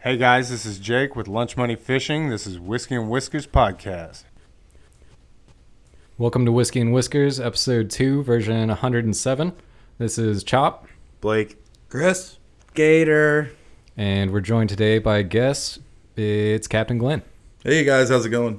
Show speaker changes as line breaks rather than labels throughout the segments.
Hey guys, this is Jake with Lunch Money Fishing. This is Whiskey and Whiskers Podcast.
Welcome to Whiskey and Whiskers, episode 2, version 107. This is Chop,
Blake.
Chris?
Gator.
and we're joined today by a guest. It's Captain Glenn.
Hey guys, how's it going?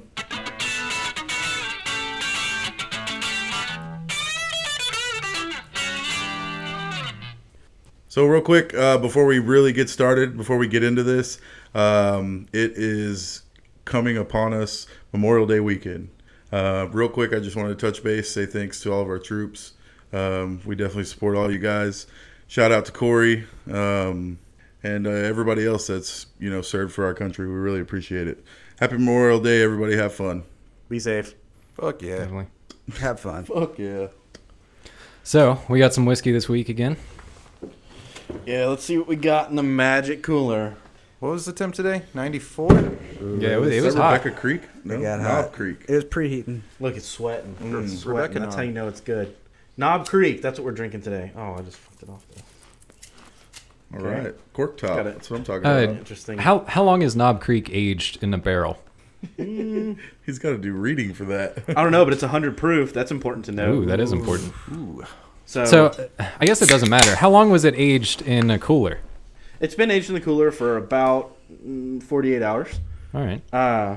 So real quick, uh, before we really get started, before we get into this, um, it is coming upon us Memorial Day weekend. Uh, real quick, I just wanted to touch base, say thanks to all of our troops. Um, we definitely support all you guys. Shout out to Corey um, and uh, everybody else that's you know served for our country. We really appreciate it. Happy Memorial Day, everybody. Have fun.
Be safe.
Fuck yeah.
Definitely.
Have fun.
Fuck yeah.
So, we got some whiskey this week again.
Yeah, let's see what we got in the magic cooler.
What was the temp today? 94?
Yeah, it was, it
Is
was
that
hot.
Rebecca Creek? No,
It got
Knob
hot.
Creek.
It was preheating.
Look, it's sweating. It's sweating.
Mm, Rebecca
that's
Knob.
how you know it's good. Knob Creek, that's what we're drinking today. Oh, I just fucked it off. There.
All right, cork top.
Got it.
That's what I'm talking
Uh,
about.
Interesting.
How, how long is Knob Creek aged in a barrel?
He's got to do reading for that.
I don't know, but it's 100 proof. That's important to know.
Ooh, that is important.
so,
So, uh, I guess it doesn't matter. How long was it aged in a cooler?
it's been aged in the cooler for about mm, 48 hours.
All right.
Uh,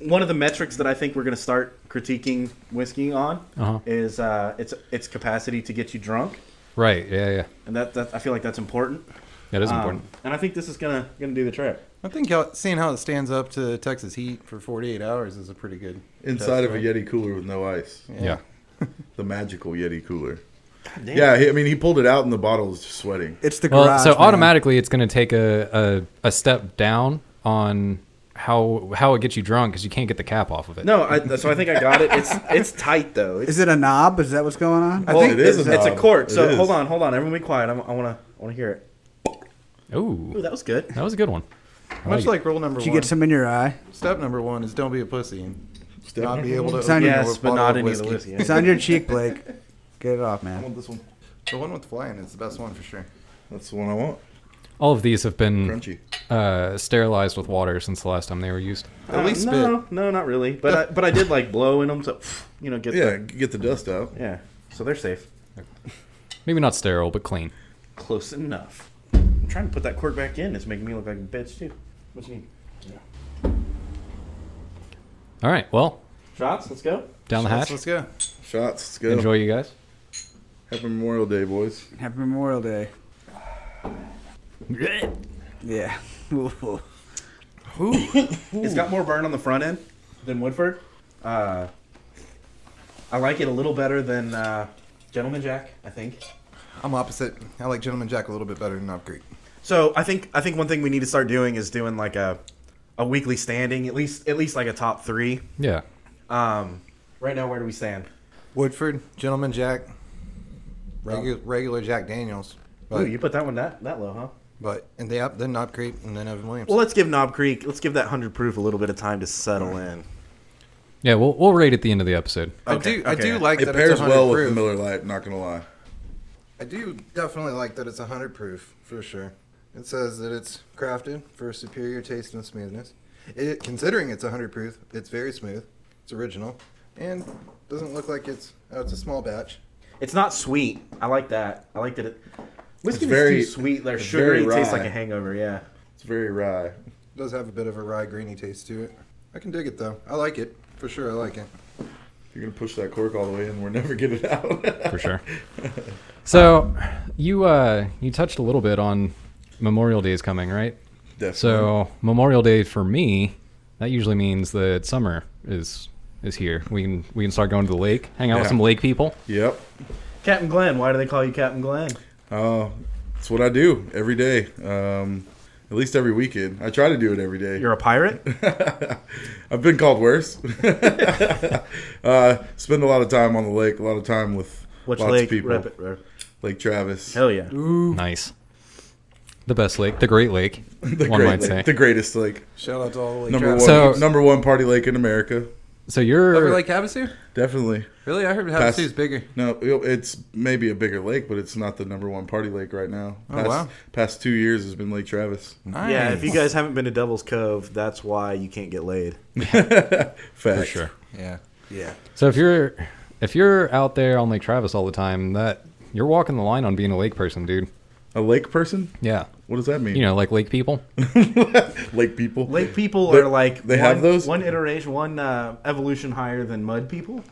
one of the metrics that I think we're going to start critiquing whiskey on
Uh-huh.
is uh, its its capacity to get you drunk,
Right. Yeah, yeah.
and that, that I feel like that's important.
That is
Um,
important.
And I think this is gonna gonna do the trick.
I think how, seeing how it stands up to Texas heat for 48 hours is a pretty good.
Inside of a Yeti cooler with no ice.
yeah.
The magical Yeti cooler. Yeah, he, I mean, he pulled it out and the bottle is just sweating.
It's the
Well,
garage.
so
man.
automatically it's going to take a, a, a step down on how how it gets you drunk because you can't get the cap off of it.
No, I, so I think I got it. It's it's tight though. It's,
Is it a knob? Is that what's going on?
I think it is
it's,
a
it's a
knob.
quart.
It
So
is.
hold on, hold on. Everyone, be quiet. I'm, I wanna I wanna hear it. Ooh,
Ooh,
that was good.
that was a good one. I
Much
like it.
like rule number
Did you
one.
get some in your eye?
Step number one is don't be a pussy and
Step
not be able to.
It's on
open
your-
a
Yes, but
bottle
not any of the whiskey.
It's on your cheek, Blake. Get it off, man.
this one.
The one with the fly in is the best one for sure.
That's the one I want.
All of these have been
Crunchy.
uh, sterilized with water since the last time they were used.
At
Uh,
least
no, no, not really. But I, but I did like blow in them, so you know, get
Yeah,
the,
get the dust out.
yeah. So they're safe.
Maybe not sterile, but clean.
Close enough. I'm trying to put that cork back in. It's making me look like a bitch too. What you need?
All right, well,
Shots. Let's go.
down the hatch.
Let's go.
Shots. Let's go.
Enjoy, you guys.
Happy Memorial Day, boys.
Happy Memorial Day. Yeah. Ooh.
It's got more burn on the front end than Woodford. Uh, I like it a little better than uh, Gentleman Jack, I think.
I'm opposite. I like Gentleman Jack a little bit better than Knob Creek.
So I think I think one thing we need to start doing is doing like a a weekly standing, at least at least like a top three.
Yeah.
Um, right now, where do we stand?
Woodford, Gentleman Jack, regu- regular Jack Daniels.
Ooh,
But,
you put that one that that low, huh?
but and they, up- then Knob Creek and then Evan Williams.
Well, let's give Knob Creek, let's give that hundred proof a little bit of time to settle in.
Yeah, we'll, we'll rate at the end of the episode.
I
Okay,
do. I
okay.
do like
It
that
pairs
it's 100
well with
proof.
the Miller Lite. Not gonna lie.
I do definitely like that it's 100 proof for sure. It says that it's crafted for superior taste and smoothness. It, considering it's 100 proof, it's very smooth. It's original and doesn't look like it's. Oh, it's a small batch.
It's not sweet. I like that. I like that it. Whiskey
very-
is too sweet. They're
it's
sugary.
very
Tastes
rye.
like a hangover. Yeah.
It's very rye.
It does have a bit of a rye grainy taste to it. I can dig it though. I like it for sure. I like it.
You're gonna push that cork all the way in. We'll never get it out.
for sure. So, you uh, you touched a little bit on Memorial Day is coming, right?
Definitely.
So Memorial Day for me, that usually means that summer is is here. We can we can start going to the lake, hang out with
Yeah.
some lake people.
Yep.
Captain Glenn. Why do they call you Captain Glenn?
Oh, it's what I do every day. Um, at least every weekend. I try to do it every day.
You're a pirate.
I've been called worse. uh, spend a lot of time on the lake. A lot of time with
Which
lots
lake?
of people.
Rep it, bro.
Lake Travis.
Hell yeah.
Nice. The best lake, the Great Lake,
the
one
great
might
lake.
say.
The greatest lake.
Shout out to all the
Number one.
So-
number one party lake in America.
So you're
Over Lake Havasu?
Definitely.
Really? I heard
Pass-
Havasu's bigger.
No, it- it's maybe a bigger lake, but it's not the number one party lake right now.
Oh,
Past,
wow.
past two years has been Lake Travis.
Nice.
Yeah, if you guys haven't been to Devil's Cove, that's why you can't get laid.
Fact.
for sure.
Yeah.
Yeah.
So if you're if you're out there on Lake Travis all the time, that you're walking the line on being a lake person, dude.
A lake person?
Yeah.
What does that mean?
You know, like lake people.
lake people.
Lake people
They-
are like
they
one,
have those?
one iteration, one uh, evolution higher than mud people.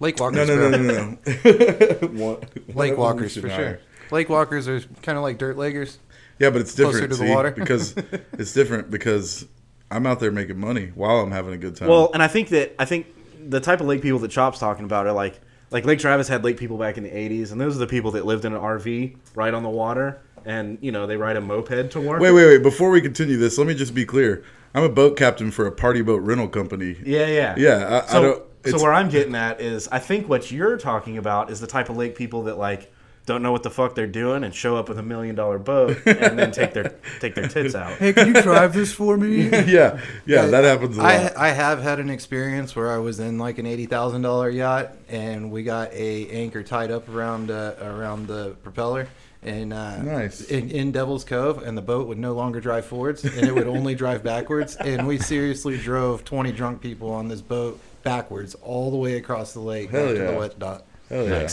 Lake
No,
walkers.
no, no,
bro.
no, no. One-
Lake
one
walkers for
evolution
sure.
higher.
Lake walkers are kind of like dirt leggers.
Yeah, but it's
Closer
different.
to the
see,
water.
because it's different because I'm out there making money while I'm having a good time.
Well, and I think that I think the type of lake people that Chop's talking about are like like Lake Travis had lake people back in the '80s, and those are the people that lived in an RV right on the water, and you know they ride a moped to work.
wait, wait, wait. Before we continue this, let me just be clear. I'm a boat captain for a party boat rental company.
Yeah, yeah,
Yeah, I- I
so,
don't-
so
it's-
where I'm getting at is, I think what you're talking about is the type of lake people that like don't know what the fuck they're doing and show up with a million dollar boat and then take their take their tits out.
Hey, can you drive this for me?
yeah, yeah, that happens a lot.
I I have had an experience where I was in like an eighty thousand dollar yacht, and we got a anchor tied up around uh, around the propeller. And uh,
Nice.
in, in Devil's Cove, and the boat would no longer drive forwards, and it would only drive backwards. And we seriously drove twenty drunk people on this boat backwards all the way across the lake
Hell
back to the
yeah.
wet dot.
Hell yeah.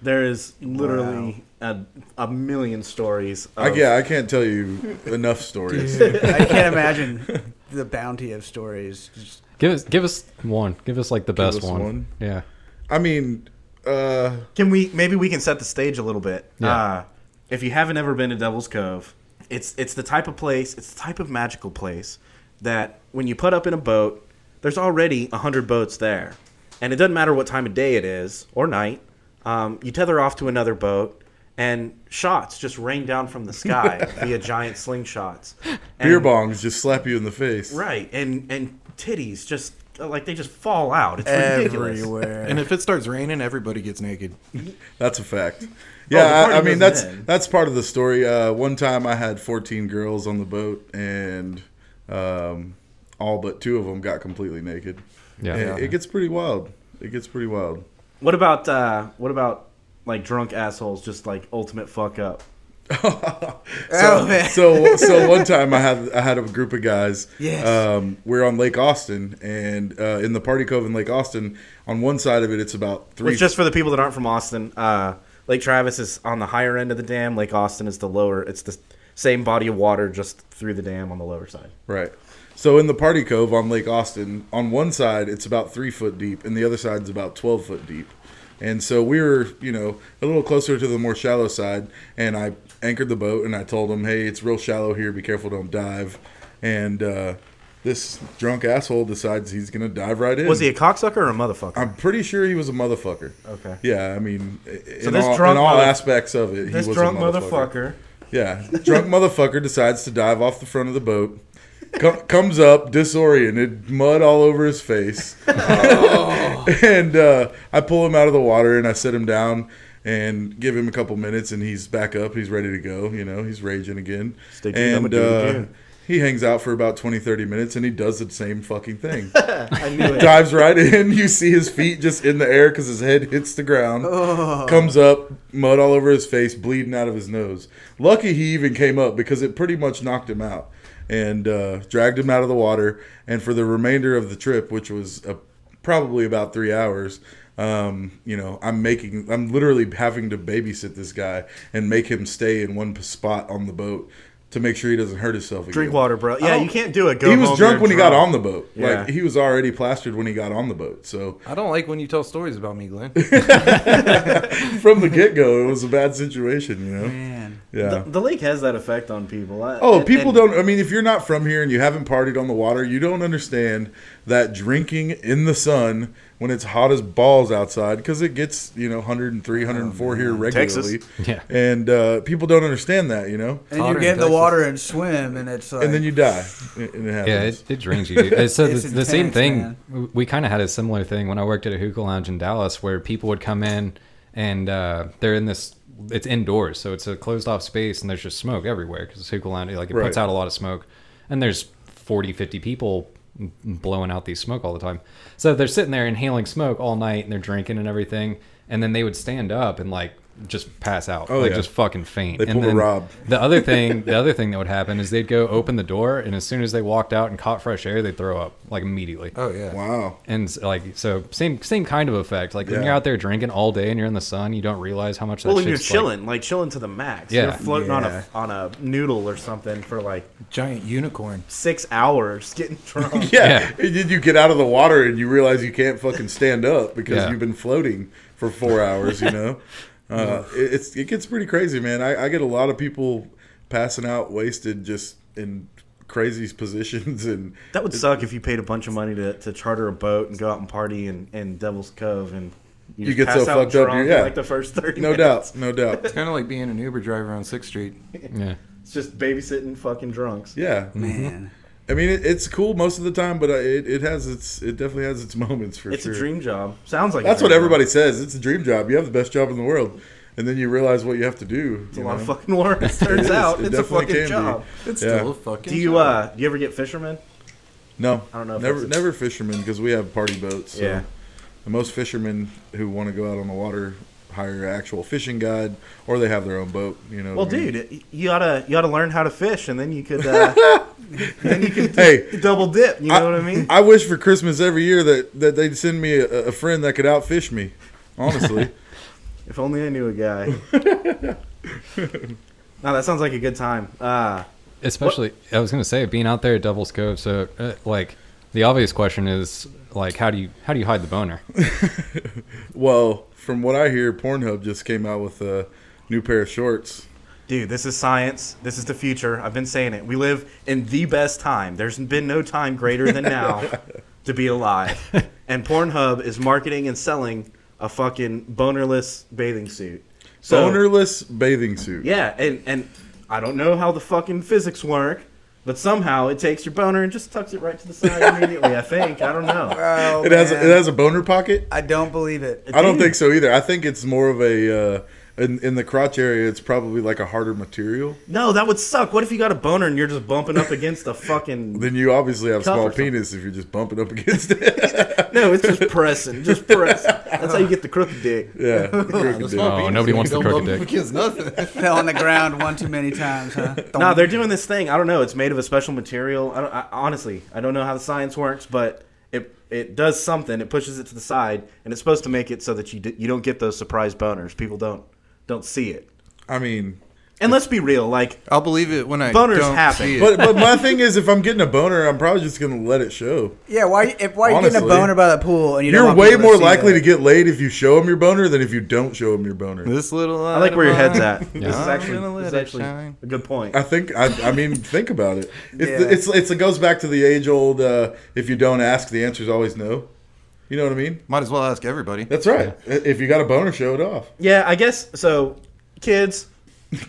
There is literally a, a million stories. Of,
I,
Oh.
yeah, I can't tell you enough stories.
I can't imagine the bounty of stories. Just,
Give us give us one. Give us like the best
us
one.
one.
Yeah.
I mean, uh,
Can we maybe we can set the stage a little bit?
Yeah.
Uh, if you haven't ever been to Devil's Cove, it's it's the type of place, it's the type of magical place that when you put up in a boat, there's already a hundred boats there, and it doesn't matter what time of day it is or night. Um, you tether off to another boat, and shots just rain down from the sky via giant slingshots. And,
beer bongs just slap you in the face.
right? And and titties just like they just fall out. It's ridiculous.
everywhere.
And if it starts raining, everybody gets naked.
That's a fact.
Oh,
Yeah,
party
I, I mean
doesn't
that's
end.
that's part of the story. Uh, one time I had 14 girls on the boat, and um, all but two of them got completely naked.
Yeah.
And it gets pretty wild. It gets pretty wild.
What about uh what about like drunk assholes just like ultimate fuck up?
oh, man.
so so one time I had I had a group of guys.
Yes.
Um, we're on Lake Austin, and uh, in the party cove in Lake Austin, on one side of it, it's about three.
Which just for the people that aren't from Austin, uh Lake Travis is on the higher end of the dam, Lake Austin is the lower. It's the same body of water just through the dam on the lower side.
Right. So in the party cove on Lake Austin, on one side it's about three foot deep, and the other side's about twelve foot deep. And so we were, you know, a little closer to the more shallow side, and I anchored the boat, and I told them, "Hey, it's real shallow here. Be careful, don't dive." And uh, this drunk asshole decides he's gonna dive right in.
Was he a cocksucker or a motherfucker?
I'm pretty sure he was a motherfucker.
Okay.
Yeah, I mean, i- in,
this
all,
drunk
in all
mother-
aspects of it,
this
he was
drunk
a motherfucker.
motherfucker.
Yeah, drunk motherfucker decides to dive off the front of the boat. Com- comes up disoriented, mud all over his face,
Oh.
and uh, I pull him out of the water and I set him down and give him a couple minutes, and he's back up. He's ready to go. You know, he's raging again,
Stay tuned, I'ma
and
do it
uh,
again.
he hangs out for about 20, 30 minutes, and he does the same fucking thing.
I knew it.
dives right in. You see his feet just in the air because his head hits the ground. Comes up, mud all over his face, bleeding out of his nose. Lucky he even came up because it pretty much knocked him out and uh, dragged him out of the water. And for the remainder of the trip, which was uh, probably about three hours, um, you know, I'm making, I'm literally having to babysit this guy and make him stay in one p- spot on the boat to make sure he doesn't hurt himself. Again.
Drink water, bro. Yeah, you can't do it. Go
Oh. he was
home,
drunk
you're
when he got on the boat.
Yeah.
Like he was already plastered when he got on the boat. So
I don't like when you tell stories about me, Glenn.
from the get go, it was a bad situation, you know.
man.
Yeah.
The, the lake has that effect on people. I-
Oh,
and-
people
and-
don't. I mean, if you're not from here and you haven't partied on the water, you don't understand that drinking in the sun when it's hot as balls outside because it gets you know
Oh,
103, 104 here regularly.
Yeah.
And uh, people don't understand that, you know.
And
Hotter
you get in the
Texas.
water and swim, and it's like.
And then you die. And it happens.
Yeah, it, it drains you. Dude. Uh, So the,
It's
the same
intense,
thing.
man.
w- We kind of had a similar thing when I worked at a hookah lounge in Dallas, where people would come in and uh, they're in this. It's indoors, so it's a closed off space, and there's just smoke everywhere because hookah lounge like it puts
Right.
out a lot of smoke, and there's 40, 50 people m- blowing out these smoke all the time. So they're sitting there inhaling smoke all night and they're drinking and everything. And then they would stand up and like just pass out,
Oh,
like
yeah.
just fucking faint.
They
and
pulled a
then
Rob.
the other thing, the other thing that would happen is they'd go open the door, and as soon as they walked out and caught fresh air, they'd throw up like immediately.
Oh yeah.
Wow.
And s- like so, same same kind of effect. Like when
Yeah.
you're out there drinking all day and you're in the sun, you don't realize how much that
Well, and you're
shit's like,
chilling, like, chilling to the max.
Yeah.
You're floating
Yeah.
on a on a noodle or something for like
Giant unicorn.
six hours, getting drunk.
Yeah. And then you get out of the water and you realize you can't fucking stand up because
Yeah.
you've been floating for four hours, you know? Uh, it, it's, it gets pretty crazy, man. I, I get a lot of people passing out wasted just in crazy positions and
That would suck if you paid a bunch of money to, to charter a boat and go out and party in, in Devil's Cove and
You
just
get so
pass out
fucked up,
drunk
you're-
in,
yeah.
like the first thirty.
no
minutes.
doubt, no doubt.
It's kind of like being an Uber driver on Sixth Street.
Yeah.
It's just babysitting fucking drunks.
Yeah.
Man.
I mean, it, it's cool most of the time, but uh, it, it has its, it definitely has its moments for
It's
sure.
a dream job. Sounds like a
That's
dream
what
job.
everybody says. It's a dream job. You have the best job in the world. And then you realize what you have to do.
It's a lot of fucking work. It turns
is.
out
It
it's a
definitely can
fucking
be.
job.
It's
Yeah.
still a fucking.
Do you
job.
uh do you ever get fishermen?
No,
I don't know if
never,
that's a-
never fishermen because we have party boats. So
Yeah.
And most fishermen who want to go out on the water hire an actual fishing guide, or they have their own boat. You know.
Well,
what I mean?
dude, it- you gotta you gotta learn how to fish, and then you could uh, then you could
Hey.
double dip. You know what I mean?
I wish for Christmas every year that, that they'd send me a, a friend that could outfish me. Honestly,
If only I knew a guy. no, that sounds like a good time. Uh,
especially i was going to say being out there at devil's cove so uh, like the obvious question is like how do you how do you hide the boner
well, from what I hear, Pornhub just came out with a new pair of shorts.
dude, this is science. This is the future. I've been saying it. We live in the best time. There's been no time greater than now to be alive. And Pornhub is marketing and selling a fucking bonerless bathing suit. So,
Bonerless bathing suit.
Yeah, and and I don't know how the fucking physics work, but somehow it takes your boner and just tucks it right to the side immediately. I think I don't know.
Oh,
It has
man.
it has a boner pocket.
I don't believe it.
I don't think so either. I think it's more of a uh, in in the crotch area. It's probably like a harder material.
No, that would suck. What if you got a boner and you're just bumping up against the fucking?
Then you obviously have
Tough
small
or something.
penis if you're just bumping up against it.
No, it's just pressing, just pressing. That's how you get the crooked dick.
yeah, you can do it.
Oh, nobody wants the crooked dick.
Because nothing.
Fell on the ground one too many times, huh?
No, they're doing this thing. I don't know. It's made of a special material. I, don't, I honestly, I don't know how the science works, but it it does something. It pushes it to the side, and it's supposed to make it so that you d- you don't get those surprise boners. People don't don't see it.
I mean,
And let's be real, like
I'll believe it when I
Boners
don't
happen.
see it.
but but my thing is, if I'm getting a boner, I'm probably just gonna let it show.
Yeah, why? If why you getting a
Honestly.
boner by the pool and you
You're
don't want
way
people
more
see
likely
that?
to get laid if you show them your boner than if you don't show them your boner.
this little.
I like where your head's at. This is
I'm gonna
actually,
let
this is
it
actually
shine.
a good point.
I think I, I mean think about it. It's
Yeah.
it's, it's it goes back to the age old uh, if you don't ask, the answer's always no. You know what I mean?
Might as well ask everybody.
That's right. If you got a boner, show it off.
Yeah, I guess so. Kids,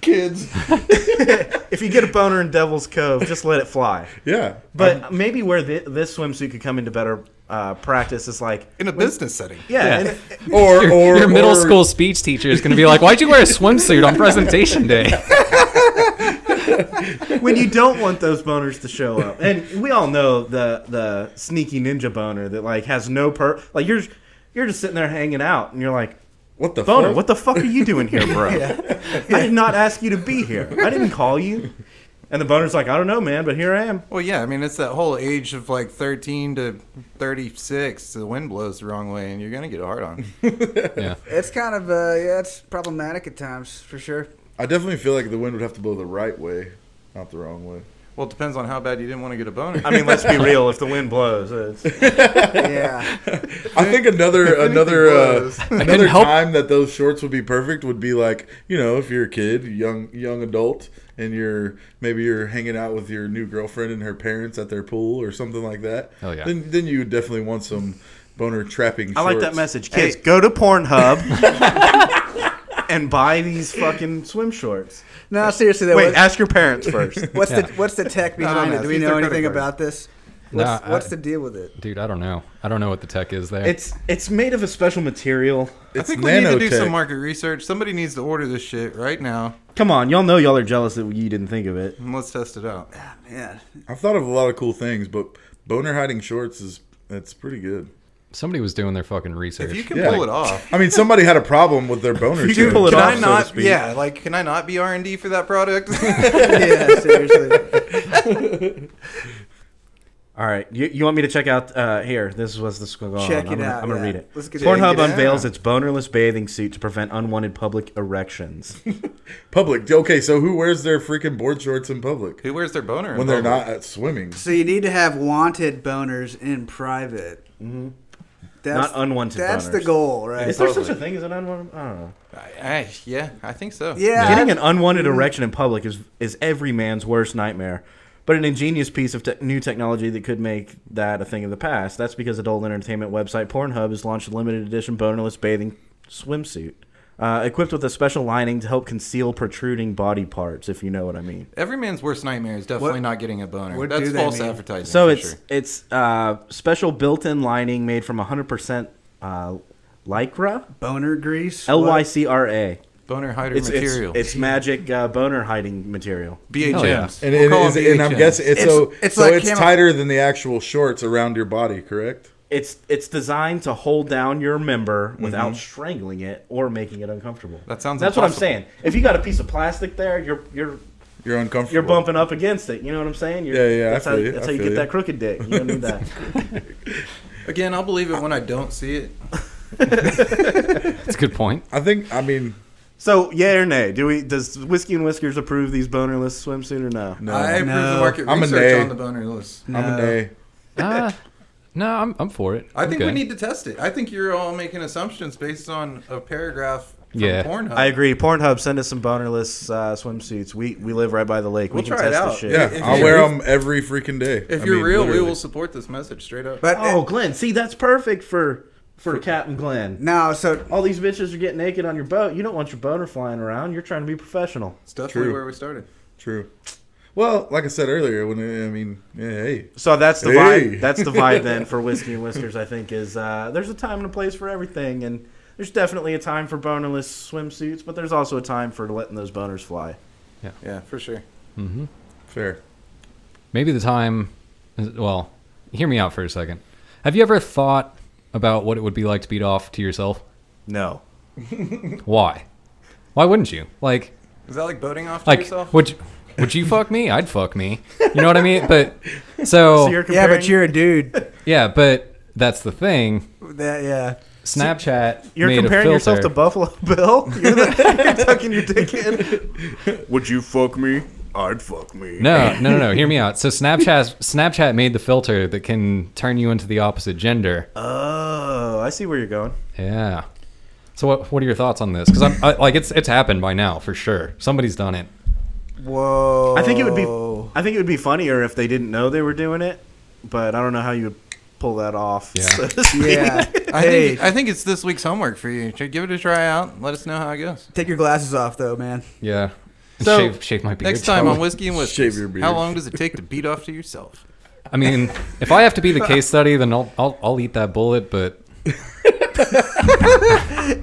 Kids.
if you get a boner in Devil's Cove, just let it fly.
Yeah.
But maybe where th this swimsuit could come into better uh, practice is like,
In a business setting.
yeah,
Yeah.
and-
Or or
your middle
or-
school speech teacher is going to be like why'd you wear a swimsuit on presentation day
when you don't want those boners to show up. And we all know the the sneaky ninja boner that like has no per like you're you're just sitting there hanging out and you're like
What the
boner,
fuck?
what the fuck are you doing here, bro? I did not ask you to be here. I didn't call you. And the boner's like, I don't know, man, but here I am.
Well, yeah. I mean, it's that whole age of like 13 to 36. The wind blows the wrong way, and you're gonna get a hard on.
yeah
It's kind of uh, yeah, it's problematic at times for sure.
I definitely feel like the wind would have to blow the right way, not the wrong way.
well, it depends on how bad you didn't want to get a boner.
I mean, let's be real. If the wind blows, it's,
Yeah,
I think another another uh,
was.
another
couldn't help-
time that those shorts would be perfect would be like you know if you're a kid, young young adult, and you're maybe you're hanging out with your new girlfriend and her parents at their pool or something like that.
Oh, yeah.
Then then you would definitely want some boner trapping. Shorts.
I like that message. Kids, go to Pornhub and buy these fucking swim shorts.
no, seriously though.
Wait,
what-
ask your parents first.
what's
Yeah.
the what's the tech
don't
behind it?
ask.
Do we
Use
know
their credit
anything
card.
about this?
No,
What's,
I-
what's the deal with it?
dude i don't know i don't know what the tech is there
It's it's made of a special material.
I think we need to do some market research. Somebody needs to order this shit right now,
Come on, y'all know y'all are jealous that you didn't think of it.
and let's test it out.
Man,
I've thought of a lot of cool things, but Boner hiding shorts is that's pretty good.
Somebody was doing their fucking research.
If you can
Yeah.
pull it off,
I mean, somebody had a problem with their boner
You can
shorts.
pull it
Can
off,
I
so to
not-
speak.
Yeah, like, can I not be R and D for that product?
yeah, seriously.
All right, you, you want me to check out uh, here? This was the squiggle. on.
Check
I'm
it
gonna,
out,
I'm gonna
yeah.
read it.
Let's get it.
Pornhub
Check it
unveils its bonerless bathing suit to prevent unwanted public erections.
Public. Okay, so who wears their freaking board shorts in public
who wears their boner? in
when they're
public?
not at swimming?
So you need to have wanted boners in private. Mm-hmm. That's,
Not unwanted
That's the
boners.
goal, right?
Is there such a thing as an unwanted? I don't know.
I, I- yeah, I think so.
yeah.
Getting an unwanted erection in public is is every man's worst nightmare. But an ingenious piece of te- new technology that could make that a thing of the past. That's because adult entertainment website Pornhub has launched a limited edition bonerless bathing swimsuit, uh, equipped with a special lining to help conceal protruding body parts, if you know what I mean.
Every man's worst nightmare is definitely
What-
not getting a boner.
what
That's
do they
false
mean?
advertising.
So
for
it's
sure.
it's uh, special built-in lining made from 100% uh, lycra,
boner grease.
L Y C R A.
boner hider
It's it's,
material.
it's magic uh, boner hiding material.
Hell yeah.
BHMs.
And,
We'll
and,
call
is,
them
and I'm
BHMs.
guessing it's,
It's-
so
it's
so
like
it's
camo-
tighter than the actual shorts around your body, correct?
It's it's designed to hold down your member
Mm-hmm.
without strangling it or making it uncomfortable.
That sounds
That's what I'm
impossible.
saying. If you got a piece of plastic there, you're you're
You're uncomfortable.
you're bumping up against it. You know what I'm saying? You're,
Yeah, yeah, I
That's how
feel you.
that's
I
how you
feel
get
you.
that crooked dick. You don't need that.
Again, I'll believe it when I don't see it.
That's a good point.
I think. I mean,
so yeah or nay? Do we does whiskey and whiskers approve these bonerless swimsuit or no?
no,
I approve
No.
the market
I'm a
research
nay.
on the boner list.
I'm a nay.
Uh, no, I'm, I'm for it.
I think
Okay.
we need to test it. I think you're all making assumptions based on a paragraph from
Yeah.
Pornhub.
I agree. Pornhub, send us some bonerless uh, swimsuits. We we live right by the lake.
We'll
we can
try it
test
out.
this shit.
Yeah,
If
I'll
you-
wear them every freaking day.
if
I
you're
mean,
real,
literally.
we will support this message straight up.
But uh,
Oh, Glenn, see that's perfect for for Captain Glenn.
no, so
All these bitches are getting naked on your boat. You don't want your boner flying around. You're trying to be professional.
It's definitely
True.
where we started.
True. Well, like I said earlier, when I mean, yeah, hey,
So that's the
Hey.
vibe. That's the vibe then for whiskey and whiskers. I think is uh, there's a time and a place for everything, and there's definitely a time for bonerless swimsuits, but there's also a time for letting those boners fly.
Yeah, for sure.
fair.
Maybe the time. Well, hear me out for a second. Have you ever thought about what it would be like to beat off to yourself?
No,
Why? Why wouldn't you? Like,
Is that like boating off to
like
yourself?
would you, would you fuck me? I'd fuck me. You know what I mean? But so,
so you're
yeah,
comparing,
but you're a dude.
yeah, but that's the thing.
that yeah.
Snapchat.
you're
made
comparing
a
yourself to
filter-
Buffalo Bill. You're, the, you're tucking your dick in.
Would you fuck me? I'd fuck me.
No, no, no, no. Hear me out. So Snapchat, Snapchat made the filter that can turn you into the opposite gender.
Oh, I see where you're going.
Yeah. So what, what are your thoughts on this? Because I'm I, like it's it's happened by now for sure. Somebody's done it.
Whoa.
I think it would be
Oh.
I think it would be funnier if they didn't know they were doing it, but I don't know how you would pull that off.
Yeah.
so to speak.
Yeah.
I
hey,
think, I think it's this week's homework for you. Should Give it a try out. Let us know how it goes.
take your glasses off, though, man.
Yeah.
So,
shave, shave my beard.
Next time on Whiskey and Whiskey,
Shave your beard.
how long does it take to beat off to yourself?
I mean, if I have to be the case study, then I'll I'll, I'll eat that bullet. But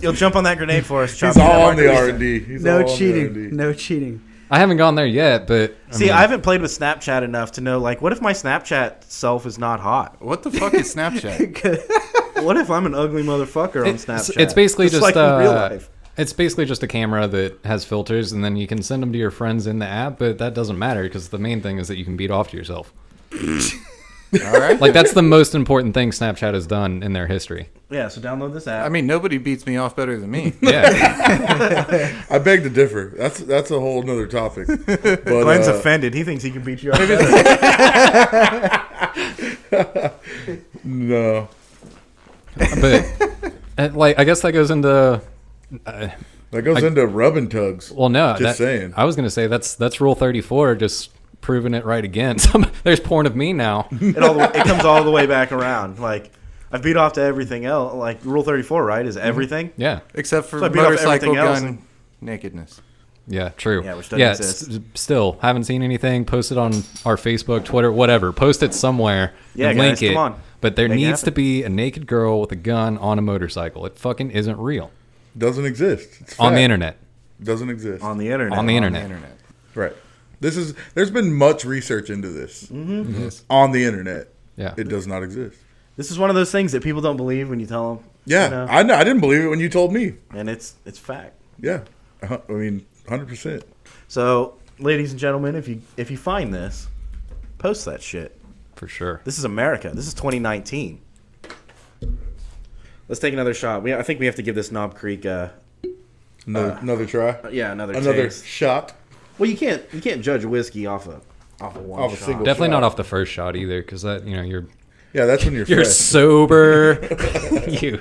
You'll jump on that grenade for us,
He's
Choppy.
all on the R and D. He's all
No
on the R&D.
cheating. No cheating.
I haven't gone there yet. But I
See,
mean,
I haven't played with Snapchat enough to know like what if my Snapchat self is not hot?
What the fuck is Snapchat?
What if I'm an ugly motherfucker on
it's,
Snapchat?
it's basically just,
like
uh,
in real life.
It's basically just a camera that has filters, and then you can send them to your friends in the app. But that doesn't matter because the main thing is that you can beat off to yourself.
All right.
Like that's the most important thing Snapchat has done in their history.
Yeah, so download this app.
I mean, nobody beats me off better than me.
Yeah.
I beg to differ. That's that's a whole nother topic. But,
Glenn's
uh,
offended. He thinks he can beat you up.
no.
but uh, like I guess that goes into uh,
That goes
I-
into rub and tugs.
well no
Just
that-
saying.
I was gonna say that's that's rule thirty four just proving it right again. Some, there's porn of me now.
it, all the, it comes all the way back around. Like I've beat off to everything else. Like Rule Thirty Four, right? Is everything?
Mm-hmm. Yeah,
Except for
So I beat off
motorcycle
everything else
gun
and-
nakedness.
yeah, true.
Yeah, which doesn't exist.
s- still haven't seen anything. Post it on our Facebook, Twitter, whatever. Post it somewhere.
Yeah,
and
guys,
link it.
come on.
But there
Make it
needs to
happen.
be a naked girl with a gun on a motorcycle. It fucking isn't real
Doesn't exist. It's
on the
fact.
internet.
Doesn't exist.
On the internet.
On the internet.
Internet.
Mm-hmm.
right. This is. There's been much research into this on the internet.
Mm-hmm. Yeah.
It does not exist.
This is one of those things that people don't believe when you tell them.
Yeah,
know.
I know. I didn't believe it when you told me.
and it's it's fact.
Yeah, Uh, I mean, hundred percent.
So, ladies and gentlemen, if you if you find this, post that shit.
for sure.
This is America. This is 2019. Let's take another shot. We I think we have to give this Knob Creek uh
Another, another try,
yeah, another
another
taste.
shot.
Well, you can't you can't judge whiskey off a off a one
Off a
shot.
single-
Definitely
shot.
not off the first shot either, because that you know you're
Yeah, that's when you're,
you're
fresh.
sober. you, you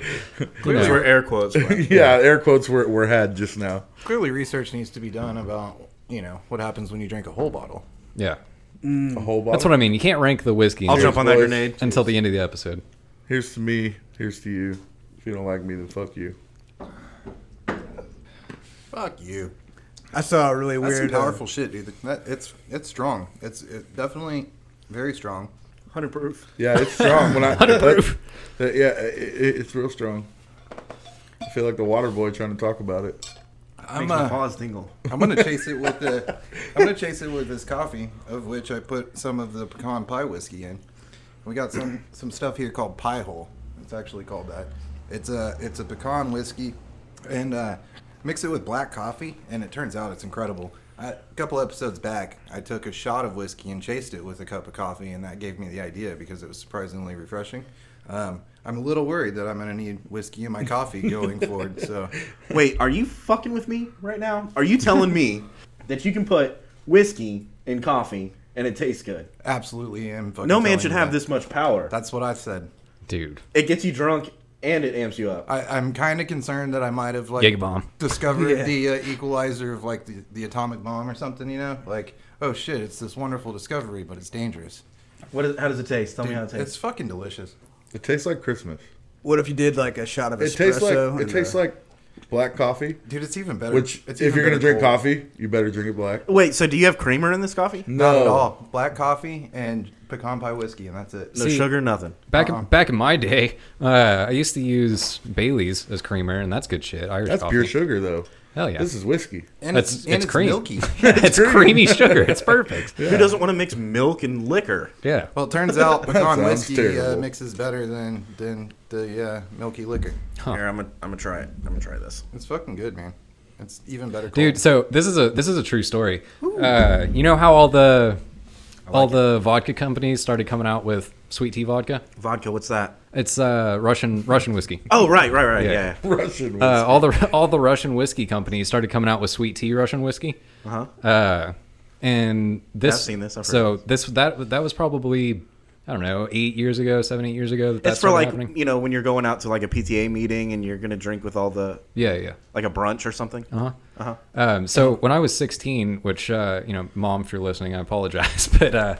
Those
know.
were air quotes. were.
yeah, air quotes were, were had just now.
Clearly, research needs to be done about you know what happens when you drink a whole bottle.
yeah.
Hmm.
A whole bottle.
That's what I mean. You can't rank the whiskey
I'll
until-
jump on that
boys.
grenade.
until the end of the episode.
Here's to me. Here's to you. If you don't like me, then fuck you.
Fuck you.
I saw a really
That's
weird.
some
uh,
powerful shit, dude. That, it's it's strong. It's it, definitely very strong.
Hundred proof.
Yeah, it's strong. When I that-
proof.
that- yeah, it, it- it's real strong. I feel like the water boy trying to talk about it.
I'm
Makes my
uh,
paws tingle.
I'm gonna chase it with the I'm gonna chase it with this coffee, of which I put some of the pecan pie whiskey in. We got some some stuff here called Pie Hole. It's actually called that. It's a it's a pecan whiskey, and uh, mix it with black coffee, and it turns out it's incredible. I, a couple episodes back, I took a shot of whiskey and chased it with a cup of coffee, and that gave me the idea because it was surprisingly refreshing. Um, I'm a little worried that I'm gonna need whiskey in my coffee going forward. So
Wait, are you fucking with me right now? Are you telling me that you can put whiskey in coffee and it tastes good?
absolutely, am fucking
No man
telling
should
you
have
that.
this much power.
That's what I said.
Dude,
It gets you drunk and it amps you up.
I, I'm kind of concerned that I might have like
Jager bomb.
discovered
Yeah.
the uh, equalizer of like the, the atomic bomb or something. You know, like oh shit, it's this wonderful discovery, but it's dangerous.
What is, how does it taste? Tell me how
It's
it tastes.
fucking delicious.
It tastes like Christmas.
What if you did like a shot of
It
espresso?
tastes like it
and, uh,
tastes like black coffee.
Dude, it's even better.
Which,
it's
if
even
you're gonna
better
drink
cold.
coffee, you better drink it black.
Wait, so do you have creamer in this coffee?
No,
not at all. Black coffee and pecan pie whiskey, and that's it.
No
See-
sugar, nothing.
back
Uh-uh.
back in my day, uh, I used to use Bailey's as creamer, and that's good shit. Irish
That's
coffee.
pure sugar though.
Hell yeah.
This is whiskey.
And
That's-
it's, and
it's
it's,
cream.
milky.
it's creamy sugar. It's perfect.
Who doesn't want to mix milk and liquor?
Yeah.
Well, it turns out pecan
sounds
whiskey uh,
terrible.
mixes better than than the uh, milky liquor.
Huh.
Here, I'm gonna, I'm gonna try it. I'm gonna try this.
It's fucking good, man. It's even better. Cold.
dude so this is a this is a true story uh, you know how all the all the vodka companies started coming out with sweet tea vodka
Vodka, what's that?
it's uh, russian russian whiskey
Oh, right, right, right. Yeah.
Yeah.
yeah.
Russian whiskey.
uh, all the all the russian whiskey companies started coming out with sweet tea russian whiskey
Uh-huh.
uh, and this
I've seen this, I've heard
so this that that was probably i don't know eight years ago seven eight years ago that
That's
that
for
started
like
happening.
you know when you're going out to like a PTA meeting and you're gonna drink with all the
yeah yeah
like a brunch or something.
Uh-huh.
Uh-huh.
Um, so when I was 16, which uh, you know, mom, if you're listening, I apologize, but uh,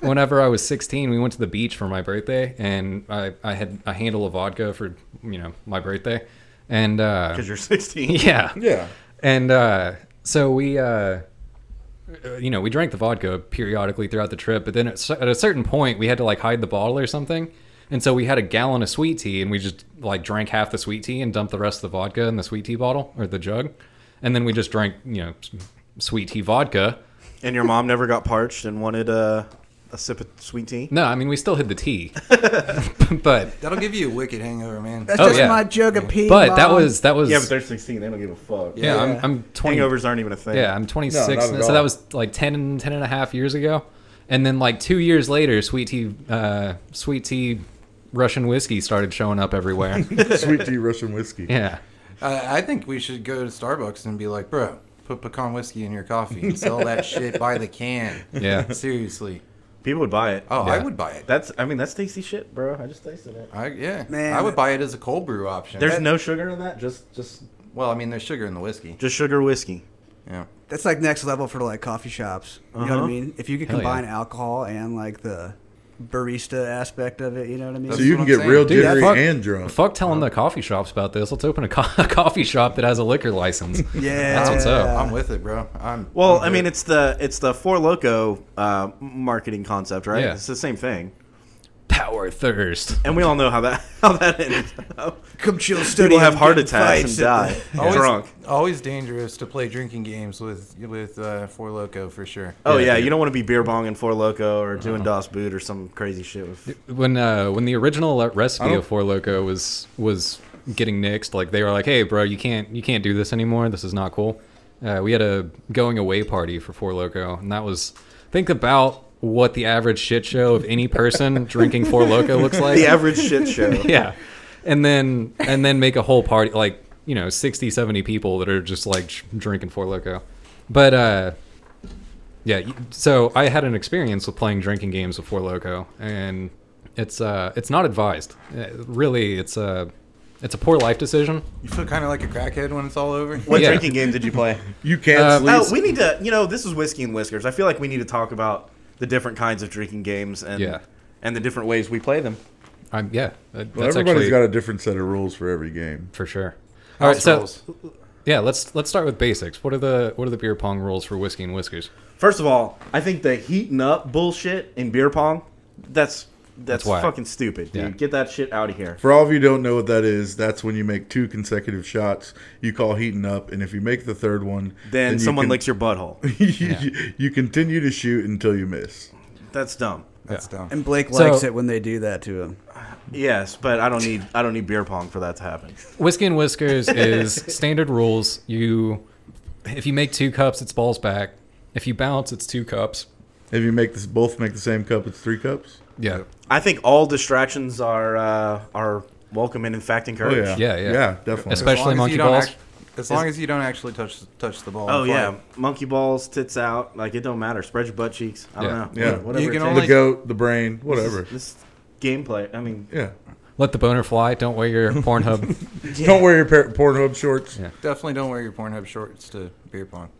whenever I was 16, we went to the beach for my birthday, and I, I had a handle of vodka for you know my birthday, and uh,
Because you're 16.
yeah,
yeah,
and uh, so we, uh, uh, you know, we drank the vodka periodically throughout the trip, but then at, cer- at a certain point, we had to like hide the bottle or something. And so we had a gallon of sweet tea, and we just like drank half the sweet tea and dumped the rest of the vodka in the sweet tea bottle or the jug, and then we just drank, you know, s- sweet tea vodka.
And your mom never got parched and wanted a, a sip of sweet tea.
No, I mean we still hid the tea, but
That'll give you a wicked hangover, man.
That's
Oh,
just
yeah.
my jug of pee.
but that
Mom.
was that was
Yeah, but they're 16. They don't give a fuck.
yeah, I'm, I'm 20
Hangovers aren't even a thing.
Yeah, I'm 26.
No, not at
and so
all.
that was like 10, 10 and a half years ago. And then like two years later, sweet tea, uh, sweet tea, Russian whiskey started showing up everywhere.
sweet tea Russian whiskey.
yeah.
I, I think we should go to Starbucks and be like, bro, put pecan whiskey in your coffee and sell that shit by the can.
Yeah.
Seriously.
People would buy it.
Oh, I
Yeah.
would buy it.
That's I mean that's tasty shit, bro. I just tasted it.
I, yeah,
Man.
I would buy it as a cold brew option.
There's no sugar in that. Just just
well, I mean, there's sugar in the whiskey.
just sugar whiskey.
Yeah,
That's like next level for like coffee shops. You know what
Uh-huh.
I mean? If you could
Hell yeah.
combine alcohol and like the barista aspect of it, you know what I mean?
So you
what
can
I'm
get
saying.
real
Dude,
jittery
fuck-
and drunk.
Fuck telling the coffee shops about this. Let's open a, co- a coffee shop that has a liquor license.
yeah,
That's what's up.
I'm with it, bro. I'm.
Well,
I'm
I mean
good.
it's the it's the four loco uh, marketing concept, right?
Yeah.
It's the same thing.
power thirst.
And we all know how that how that ends.
Come chill, study.
People have
and
heart
get in
attacks and
fights at
die drunk.
Always dangerous to play drinking games with with uh, Four Loco for sure.
Oh yeah, you don't want to be beer bonging Four Loco
Uh-huh.
or doing DOS Boot or some crazy shit with.
When uh, when the original uh, recipe of Four Loco was was getting nixed, like they were like, "Hey, bro, you can't you can't do this anymore. This is not cool." Uh, we had a going away party for Four Loco, and that was think about what the average shit show of any person drinking Four Loco looks like.
The average shit show.
yeah and then and then make a whole party like you know 60 70 people that are just like j- drinking four loco but uh yeah y- so i had an experience with playing drinking games with four loco and it's uh it's not advised Uh, really it's a it's a poor life decision
You feel kind of like a crackhead when it's all over.
What
Yeah.
drinking game did you play?
You can't
Uh,
sleep.
Oh, we need to. You know, this is whiskey and whiskers. I feel like we need to talk about the different kinds of drinking games and
Yeah.
and the different ways we play them.
i'm yeah that-
Well,
that's
everybody's
actually
got a different set of rules for every game.
for sure all right
House
so
rules.
yeah let's let's start with basics what are the what are the beer pong rules for whiskey and whiskers
First of all, I think the heating up bullshit in beer pong, that's that's,
That's why.
fucking stupid, dude.
Yeah.
Get that shit out of here.
For all of you who don't know what that is, that's when you make two consecutive shots. You call heating up, and if you make the third one,
Then
you
someone
can-
licks your butthole.
you, you continue to shoot until you miss.
That's dumb.
That's dumb.
it. And Blake
So-
likes it when they do that to him.
Yes, but I don't need I don't need beer pong for that to happen.
Whiskey and Whiskers is standard rules. You, if you make two cups, it's balls back. If you bounce, it's two cups.
If you make this, both make the same cup, it's three cups.
Yeah,
I think all distractions are uh, are welcome and in fact
Oh
encouraged.
yeah,
Yeah, yeah.
yeah, definitely.
Espe- Especially
As long as you
monkey
don't
balls.
act- as long as you don't actually touch touch the ball.
Oh
and fly.
yeah, monkey balls, tits out, like it don't matter. Spread your butt cheeks. I don't
Yeah.
know.
Yeah.
whatever.
You
it
can
takes.
the
only-
goat, the brain, whatever.
This, gameplay. I mean,
Yeah.
let the boner fly. Don't wear your Pornhub.
Don't wear your par- Pornhub shorts.
Yeah.
Definitely don't wear your Pornhub shorts to beer pong.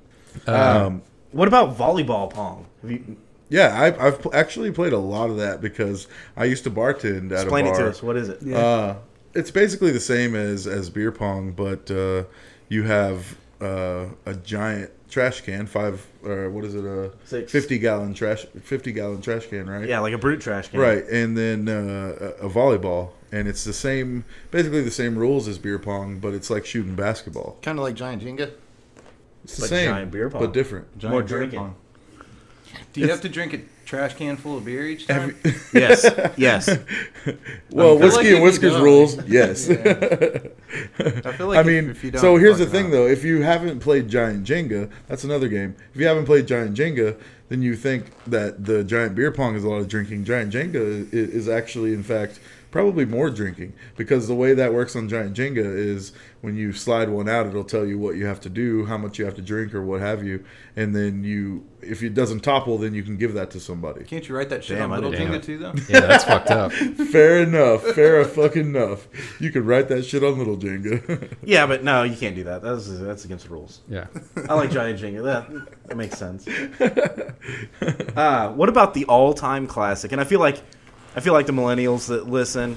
Um,
what about volleyball pong? Have you,
yeah, I've, I've pl- actually played a lot of that because I used to bartend at
explain
a
it
bar.
to us. What is it?
Uh, it's basically the same as as beer pong, but uh, you have uh, a giant trash can, five or what is it, a
Six.
fifty gallon trash, fifty gallon trash can, right?
Yeah, like a brute trash game.
Right, and then uh, a a volleyball, and it's the same, basically the same rules as beer pong, but it's like shooting basketball.
Kind of like giant Jenga.
It's the
Like
same,
giant beer pong.
but different.
Giant
More
beer
drinking.
pong. Do you have to drink a trash can full of beer each time?
Yes. Yes.
Well,
feel like
whiskey and
if you
whiskers
don't-
rules, yes.
I feel
I
like
mean,
if, if you don't,
so
you're
here's the
fucking
thing,
up.
though. If you haven't played Giant Jenga, that's another game. If you haven't played Giant Jenga, then you think that the giant beer pong is a lot of drinking. Giant Jenga i- is actually, in fact, probably more drinking because the way that works on Giant Jenga is when you slide one out, it'll tell you what you have to do, how much you have to drink, or what have you, and then you, if it doesn't topple, then you can give that to somebody.
Can't you write that shit
Damn, I
on Little
didn't know
Jenga too, though?
yeah, that's fucked up.
fair enough, fair fucking enough. You could write that shit on Little Jenga.
yeah, but no, you can't do that. That's that's against the rules.
Yeah,
I like giant Jenga. That, that makes sense. Uh, what about the all-time classic? And I feel like, I feel like the millennials that listen,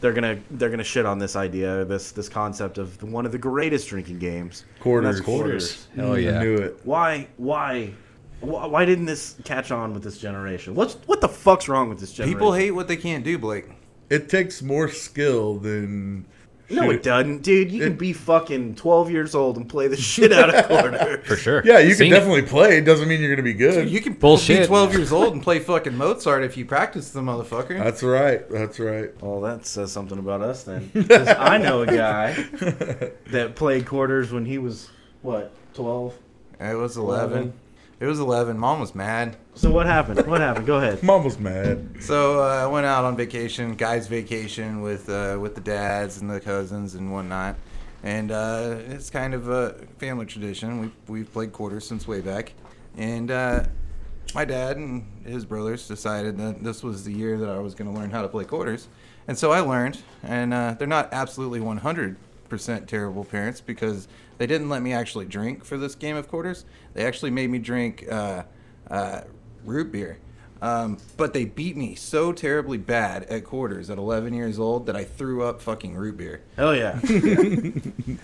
they're gonna they're gonna shit on this idea, this this concept of the, one of the greatest drinking games. and that's
Quarters.
hell
I knew
yeah.
it.
Why why why why didn't this catch on with this generation? What's what the fuck's wrong with this generation?
People hate what they can't do, Blake.
It takes more skill than.
No, it doesn't, dude. You can be fucking twelve years old and play the shit out of quarters.
for sure.
Yeah, you can
Seen it.
definitely play. It doesn't mean you're going to be good.
You can
Bullshit.
be 12 years old and play fucking Mozart if you practice the motherfucker.
That's right. That's right.
Well, that says something about us then. 'Cause I know a guy that played quarters when he was what twelve.
It was 11.
Eleven.
It was 11. Mom was mad.
So what happened? What happened? Go ahead.
Mom was mad.
So uh, I went out on vacation, guys' vacation with uh, with the dads and the cousins and whatnot, and uh, it's kind of a family tradition. We we've played quarters since way back, and uh, my dad and his brothers decided that this was the year that I was going to learn how to play quarters, and so I learned. And uh, they're not absolutely 100 percent terrible parents because they didn't let me actually drink for this game of quarters. They actually made me drink uh, uh, root beer. Um, but they beat me so terribly bad at quarters at 11 years old that I threw up fucking root beer.
Hell yeah.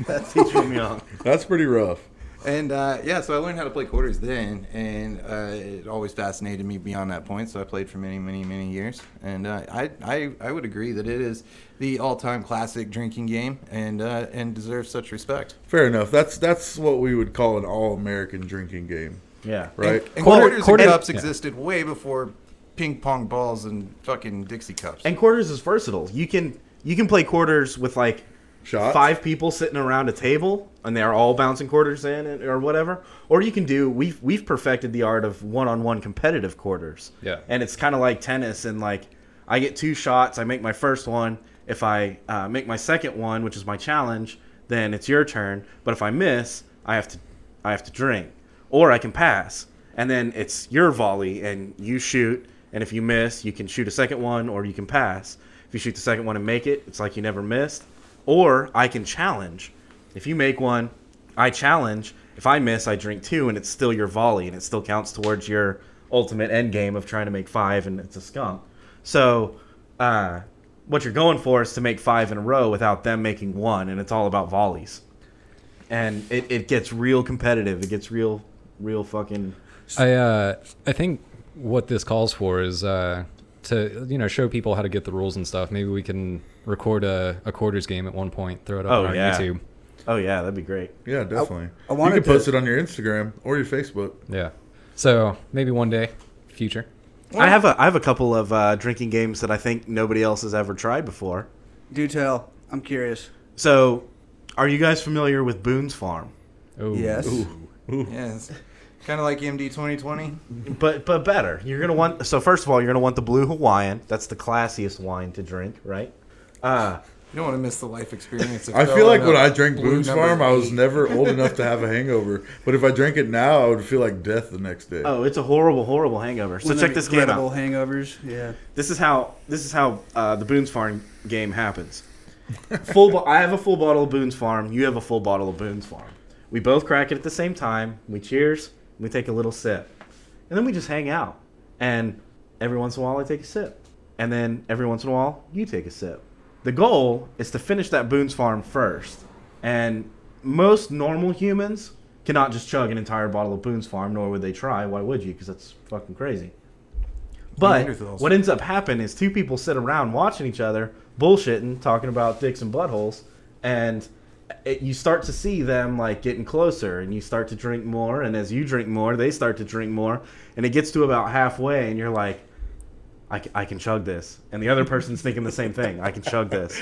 That's teaching me on.
That's pretty rough.
And uh, yeah, so I learned how to play quarters then, and uh, it always fascinated me beyond that point. So I played for many, many, many years, and uh, I, I, I would agree that it is the all-time classic drinking game, and uh, and deserves such respect.
Fair enough. That's that's what we would call an all-American drinking game,
Yeah.
right?
And
Quarter-
quarters
quarter-
and cups
yeah.
existed way before ping pong balls and fucking Dixie cups.
And quarters is versatile. You can you can play quarters with like
Shots?
five people sitting around a table and they're all bouncing quarters in and, or whatever. Or you can do we've we've perfected the art of one on one competitive quarters.
Yeah.
And it's kind of like tennis and like I get two shots. I make my first one. If I uh, make my second one, which is my challenge, then it's your turn. But if I miss, I have to I have to drink, or I can pass, and then it's your volley and you shoot. And if you miss, you can shoot a second one, or you can pass. If you shoot the second one and make it, it's like you never missed. Or I can challenge. If you make one, I challenge. If I miss, I drink two, and it's still your volley, and it still counts towards your ultimate end game of trying to make five, and it's a skunk. So, uh, what you're going for is to make five in a row without them making one, and it's all about volleys. And it, it gets real competitive. It gets real, real fucking.
I uh, I think what this calls for is uh, to you know show people how to get the rules and stuff. Maybe we can record a, a quarters game at one point, throw it up
Oh,
on our
yeah.
YouTube.
Oh, yeah, that'd be great.
Yeah, definitely.
I wanted
you can post
to-
it on your Instagram or your Facebook.
Yeah. So maybe one day, future.
I have a I have a couple of uh, drinking games that I think nobody else has ever tried before.
Do tell. I'm curious.
So, are you guys familiar with Boone's Farm?
Oh,
Yes.
yeah, it's kind of like MD 2020.
But but better. You're gonna want so first of all you're gonna want the blue Hawaiian. That's the classiest wine to drink, right? Uh,
You don't want to miss the life experience. Of
I feel
filling
like when
up
I drank
uh, blue
Boone's
number
Farm, I was
eight.
never old enough to have a hangover. But if I drank it now, I would feel like death the next day.
oh, it's a horrible horrible hangover. So
One of
check
them
this game
incredible
out.
Hangovers. Yeah.
This is how this is how uh, the Boone's Farm game happens. Full bo- I have a full bottle of Boone's Farm. You have a full bottle of Boone's Farm. We both crack it at the same time. We cheers. We take a little sip, and then we just hang out. And every once in a while, I take a sip, and then every once in a while, you take a sip. The goal is to finish that Boone's Farm first. And most normal humans cannot just chug an entire bottle of Boone's Farm, nor would they try. Why would you? Because that's fucking crazy. But
Neanderthals.
what ends up happening is two people sit around watching each other, bullshitting, talking about dicks and buttholes, and it, you start to see them like getting closer, and you start to drink more, and as you drink more, they start to drink more, and it gets to about halfway, and you're like, I, c- I can chug this. And the other person's thinking the same thing. I can chug this.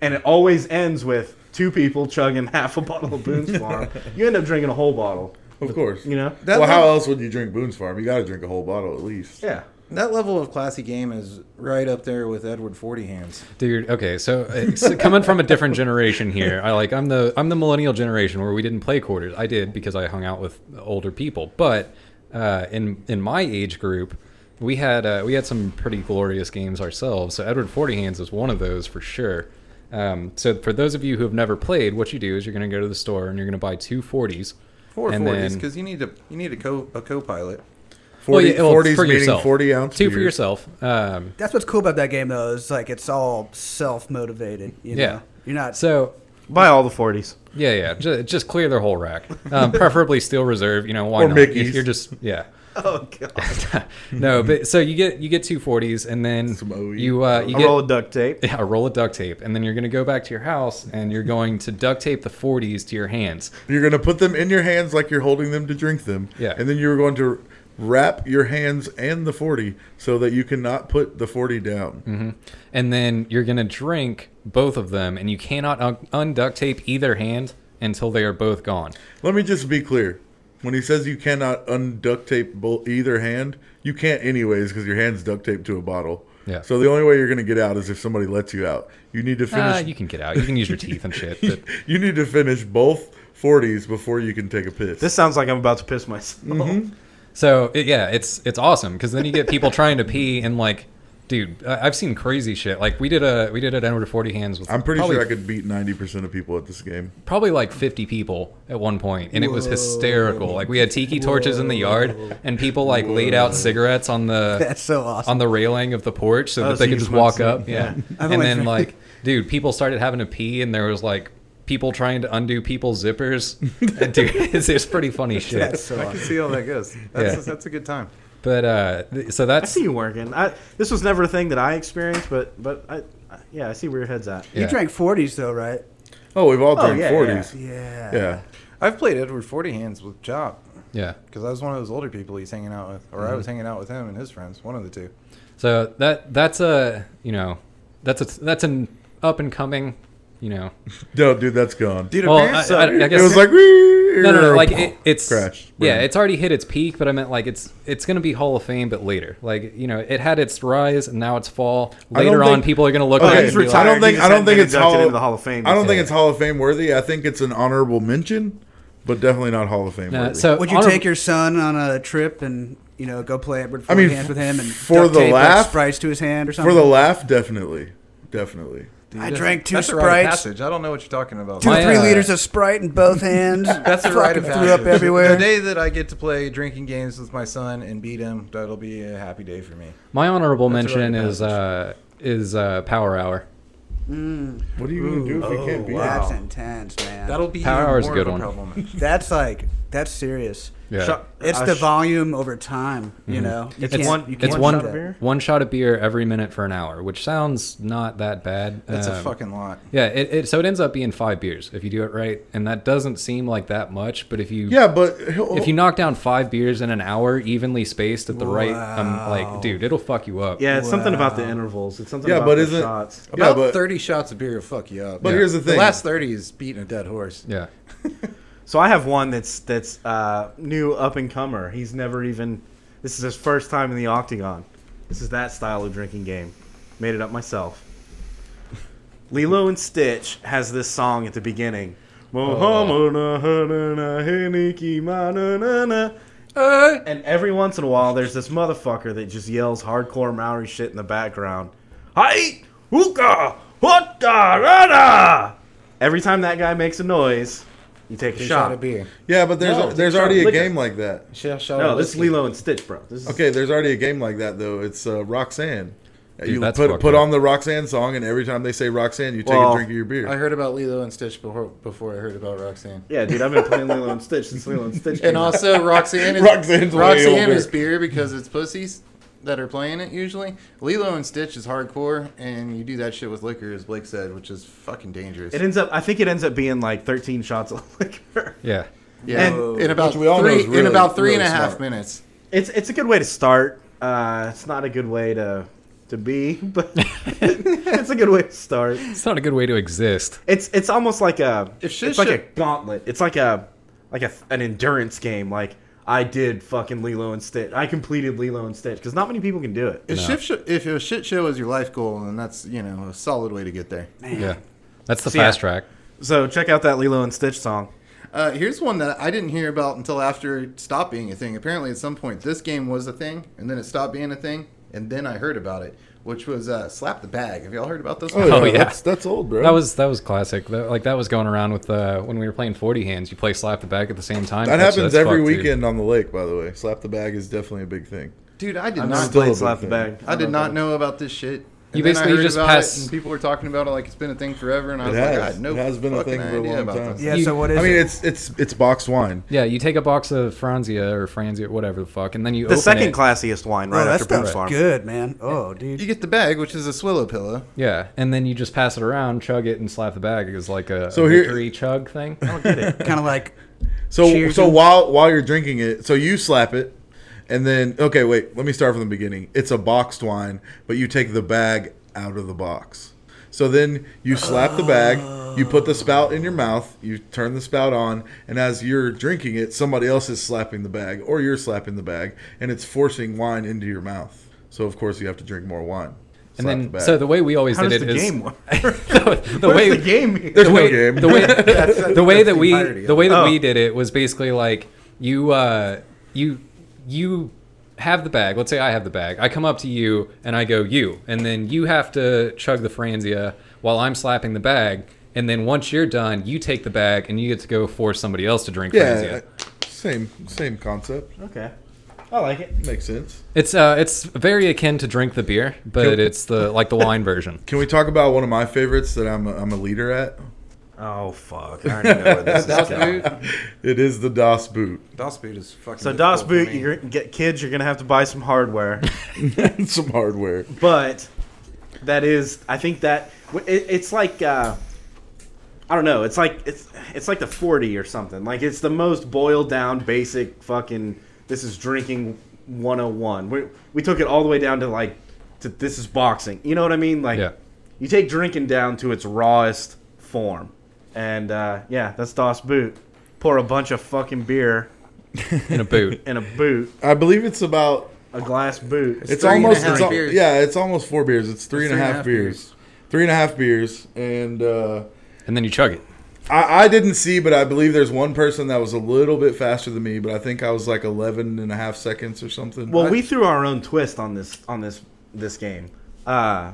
And it always ends with two people chugging half a bottle of Boone's Farm. You end up drinking a whole bottle,
of course.
you know?
That
well, how
little-
else would you drink Boone's Farm? You got to drink a whole bottle at least.
Yeah.
That level of classy game is right up there with Edward Forty Hands.
Dude, okay, so, uh, so coming from a different generation here, I like I'm the I'm the millennial generation where we didn't play quarters. I did because I hung out with older people, but uh, in in my age group, we had uh, we had some pretty glorious games ourselves. So Edward Forty Hands is one of those for sure. Um, so for those of you who have never played, what you do is you're going to go to the store and you're going to buy two 40s.
Four
and
forties,
then-
because you need to you need a co a co-pilot.
40,
well, yeah, well,
40s
for
meaning
yourself.
40 ounce
Two for
beers.
yourself. Um,
That's what's cool about that game, though. Is like it's all self motivated. You know?
Yeah.
You're not.
so
Buy all the 40s.
Yeah, yeah. Just, just clear their whole rack. Um, preferably steel reserve. You know why
Or
not?
Mickey's.
If You're just yeah.
Oh, God.
no, but so you get you get two forties, and then
Some OE.
you uh, you
A
get
roll of duct tape.
yeah, a roll of duct tape, and then you're gonna go back to your house, and you're going to duct tape the forties to your hands.
You're going to put them in your hands like you're holding them to drink them.
Yeah.
And then you're going to wrap your hands and the 40 so that you cannot put the 40 down.
Mm-hmm. and then you're gonna drink both of them, and you cannot un- unduct tape either hand until they are both gone.
Let me just be clear. When he says you cannot unduct tape bo- either hand, you can't anyways because your hand's duct taped to a bottle.
Yeah.
So the only way you're going to get out is if somebody lets you out. You need to
Ah,
finish.
you can get out. You can use your teeth and shit. But
you need to finish both 40s before you can take a piss.
This sounds like I'm about to piss myself.
So it, yeah, it's it's awesome because then you get people trying to pee and like, dude, I- I've seen crazy shit. Like we did a we did an over forty hands with
I'm pretty
probably,
sure I could beat 90% of people at this game.
probably like fifty people at one point, and it was hysterical. Like we had tiki torches in the yard, and people like laid out cigarettes on the
That's so awesome.
on the railing of the porch so that they
so you
could just
smoked
walk
some-
up. Yeah,
I've
and
only
then
tried-
like, dude, people started having to pee, and there was like people trying to undo people's zippers. Dude, it's, it's pretty funny shit.
I can see how that goes. That's,
Yeah.
that's a good time.
But uh, th- so
I
that's
see you working. I, this was never a thing that I experienced, but but I, I yeah, I see where your head's at.
Yeah.
You drank 40s though, right?
Oh, we've all drank
yeah,
40s.
Yeah.
Yeah.
I've played Edward Forty Hands with Chop
yeah.
because I was one of those older people he's hanging out with, or I was
Mm-hmm.
hanging out with him and his friends. One of the two.
So that that's a you know that's a that's an up and coming you know.
No, dude, that's gone.
Dude,
Well,
apparently-
I, I- I guess
it was like, "Wee!"
no, no, no, like it, it's
Crashed.
yeah,
Burned.
it's already hit its peak, but I meant like it's it's gonna be Hall of Fame, but later, like you know, it had its rise and now it's fall.
I don't
Later on,
think-
people are gonna look
Oh,
back
he's
and be like,
retired.
I don't
He
think I
just
don't
hadn't
think
been
it's
inducted
Hall
into the Hall of Fame
I don't
yet.
think it's Hall of Fame worthy. I think it's an honorable mention, but definitely not Hall of Fame
Nah,
worthy.
so
Would you
honor-
take your son on a trip and you know go play Edward
I
Forty
mean,
Hands with him and
for
duct
the
tape, like,
laugh-
Sprites to his hand or something?
for the laugh, definitely, definitely.
I
that's-
drank two
that's a rite of
Sprites,
passage. I don't know what you're talking about.
two
My,
three
uh,
liters of Sprite in both hands.
That's a rite
fucking
of passage.
threw up
The
everywhere.
day that I get to play drinking games with my son and beat him, that'll be a happy day for me.
my honorable
That's a
mention
rite of
is uh is uh Power Hour.
What are you gonna do if you can't beat it?
That's intense, man.
That'll be
Power
even
hour's a
more
good
of
one.
a problem.
that's like that's serious.
Yeah,
Shot-
It's
uh,
the
sh-
volume over time, you know. You
It's one. You
can't
it's
can't
do
one
shot
that.
a beer.
one shot of beer every minute for an hour, which sounds not that bad.
That's a
Um,
fucking lot.
Yeah, it, it so it ends up being five beers if you do it right, and that doesn't seem like that much. But if you
Yeah, but he'll-
if you knock down five beers in an hour, evenly spaced at the right, um, like
Wow.
dude, it'll fuck you up.
Yeah, it's something about the intervals. It's something
yeah,
about
but
the
isn't
shots.
yeah,
About
but
30 shots of beer will fuck you up.
but here's the
the
thing.
last 30 is beating a dead horse.
yeah.
So I have one that's that's uh, new up and comer. He's never even. This is his first time in the octagon. This is that style of drinking game. Made it up myself. Lilo and Stitch has this song at the beginning. And every once in a while, there's this motherfucker that just yells hardcore Maori shit in the background. Hi, hookah, hota, da, da. Every time that guy makes a noise, you take a
Shot
shot.
of beer.
yeah, but there's
No,
there's
shot
already a
liquor.
game like that.
Shot, shot
No,
of
this is
whiskey.
Lilo and Stitch, bro. This is
Okay, there's already a game like that though. It's uh, Roxanne. you
that's
put
fucked
put
up.
on the Roxanne song, and every time they say Roxanne, you take
Well,
a drink of your beer.
I heard about Lilo and Stitch before, before I heard about Roxanne.
Yeah, dude, I've been playing Lilo and Stitch since Lilo and Stitch. came
And
out.
also, Roxanne is,
Roxanne's way
Roxanne
older.
is beer because it's pussies that are playing it usually. Lilo and Stitch is hardcore, and you do that shit with liquor, as Blake said, which is fucking dangerous.
it ends up. I think it ends up being like 13 shots of liquor.
Yeah.
yeah,
and-
in about
Which we all know
three,
is
in
really-
about three and
really
a half
smart.
minutes.
It's it's a good way to start. Uh, it's not a good way to to be, but it's a good way to start.
It's not a good way to exist.
It's it's almost like a
If shit
it's like a
should-
gauntlet. It's like a like a an endurance game. Like I did fucking Lilo and Stitch. I completed Lilo and Stitch because not many people can do it.
If, shift sho- if a shit show is your life goal, then that's you know a solid way to get there.
Yeah. That's the
So, yeah.
fast track.
So check out that Lilo and Stitch song.
Uh, here's one that I didn't hear about until after it stopped being a thing. Apparently, at some point, this game was a thing, and then it stopped being a thing, and then I heard about it, which was uh, Slap the Bag. Have y'all heard about this? one?
Oh, yeah.
That's, that's old, bro.
That was that was classic. That, like that was going around with uh, when we were playing 40 hands. You play slap the back at the same time.
that
That's-
happens
that's
every
fucked, dude.
weekend on the lake. By the way, slap the bag is definitely a big thing.
Dude, I did
I've never
not.
played
big
Slap the
thing.
Bag.
I did not know about this shit. And
You
then I
basically
heard
just
about it,
pass-
and people were talking about it like it's been a thing forever, and I
It
was
has.
like, I had no
it has been a thing for a long time.
Yeah.
You-
so what
I
is
mean,
it?
it's it's it's boxed wine.
Yeah, you take a box of Franzia or Franzia or whatever the fuck, and then you
The
open
second
it.
classiest wine right
oh, that
after Boot
stuff's
Farm.
good, man. Oh, dude.
You get the bag, which is a swillow pillow.
yeah, and then you just pass it around, chug it, and slap the bag. It was like a,
So
a
here-
victory chug thing.
kind of like
So
Cheers
so
and-
while while you're drinking it, so you slap it, and then okay, wait, let me start from the beginning. It's a boxed wine, but you take the bag out of the box. So then you slap the bag, you put the spout in your mouth, you turn the spout on, and as you're drinking it, somebody else is slapping the bag, or you're slapping the bag, and it's forcing wine into your mouth. So of course you have to drink more wine.
and
Slap
then
bag.
so the way we always
How
did
does
it
the
is
game work?
the, the
Where's
way
the game here?
there's
the
no
way,
game.
The way, the way that we
entirety of
the
it.
way that we
Oh.
did it was basically like you uh, you you have the bag. Let's say I have the bag. I come up to you and I go you, and then you have to chug the franzia while I'm slapping the bag. And then once you're done, you take the bag and you get to go force somebody else to drink
yeah,
franzia.
same same concept.
Okay. I like it.
Makes sense.
It's uh, it's very akin to drink the beer, but it's the like the wine version.
Can we talk about one of my favorites that I'm a, I'm a leader at?
Oh fuck! I already know where this is going.
It is the DOS boot.
DOS boot is fucking.
So DOS
difficult for
boot,
me.
you get kids. You're gonna have to buy some hardware,
Some hardware.
but that is, I think that it, it's like, uh, I don't know, it's like it's it's like the 40 or something. Like it's the most boiled down, basic fucking. This is drinking 101. We we took it all the way down to like, to this is boxing. You know what I mean? Like,
Yeah.
you take drinking down to its rawest form, and uh, yeah, that's DOS boot. Pour a bunch of fucking beer
in a boot.
in a boot,
I believe it's about.
a glass boot.
It's
three and a
almost.
half
it's al-
beers.
yeah, it's almost four beers. It's three and a half beers. Three and a half beers, and uh,
And then you chug it.
I, I didn't see, but I believe there's one person that was a little bit faster than me, but I think I was like 11 and a half seconds or something.
Well,
Uh,
we threw our own twist on this on this this game. Uh,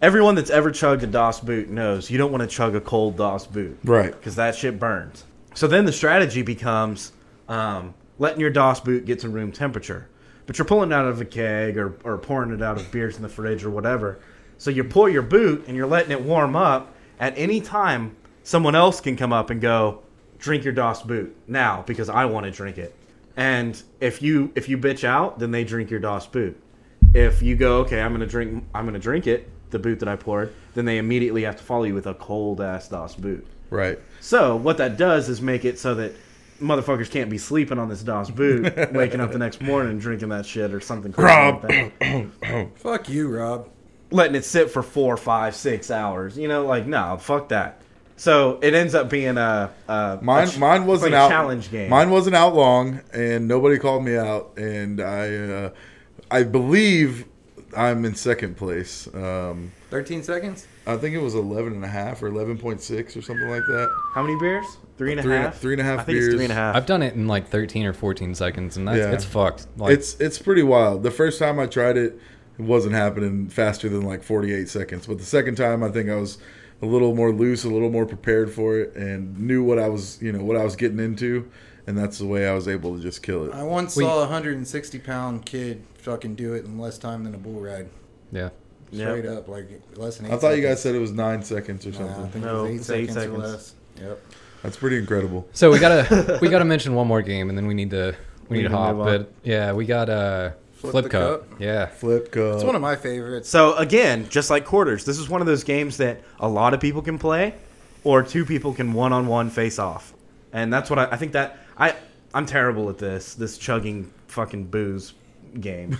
everyone that's ever chugged a DOS boot knows you don't want to chug a cold DOS boot,
Right.
Because that shit burns. So then the strategy becomes um, letting your DOS boot get to room temperature, but you're pulling it out of a keg or or pouring it out of beers in the fridge or whatever. So you pour your boot and you're letting it warm up. At any time, someone else can come up and go, drink your DOS boot now because I want to drink it. And if you if you bitch out, then they drink your DOS boot. If you go, okay, I'm gonna drink I'm gonna drink it, the boot that I poured, then they immediately have to follow you with a cold ass DOS boot.
Right.
So what that does is make it so that motherfuckers can't be sleeping on this DOS boot, waking up the next morning and drinking that shit or something crazy like that.
Fuck you, Rob.
Letting it sit for four, five, six hours. You know, like no, fuck that. So it ends up being a, a
Mine,
a ch-
mine wasn't
like a
out.
challenge game.
Mine wasn't out long, and nobody called me out. And I, uh, I believe I'm in second place. Um,
Thirteen seconds.
I think it was 11 and a half or 11.6 or something like that.
How many beers? Three and a half.
Three and a- three and a half
I think it's three and a
beers.
half.
I've done it in like 13 or 14 seconds, and that's
Yeah.
it's fucked. Like,
It's it's pretty wild. The first time I tried it, it wasn't happening faster than like 48 seconds. But the second time, I think I was a little more loose, a little more prepared for it, and knew what I was, you know, what I was getting into, and that's the way I was able to just kill it.
I once saw a hundred and sixty pound kid fucking do it in less time than a bull ride.
yeah.
Straight up, like less than. Eight
I thought you
seconds.
guys said it was nine seconds or
Nah, I
something.
think
No,
it was eight
it's eight
seconds, or
seconds.
less. Yep.
That's pretty incredible.
So we gotta we gotta mention one more game, and then we need to we need to
can
hop.
move on.
But yeah, we got uh,
Flip
Flip
the
Cup. Yeah,
Flip cup.
Oh.
It's one of my favorites.
So again, just like quarters, this is one of those games that a lot of people can play, or two people can one-on-one face off, and that's what I, I think that I I'm terrible at this this chugging fucking booze game,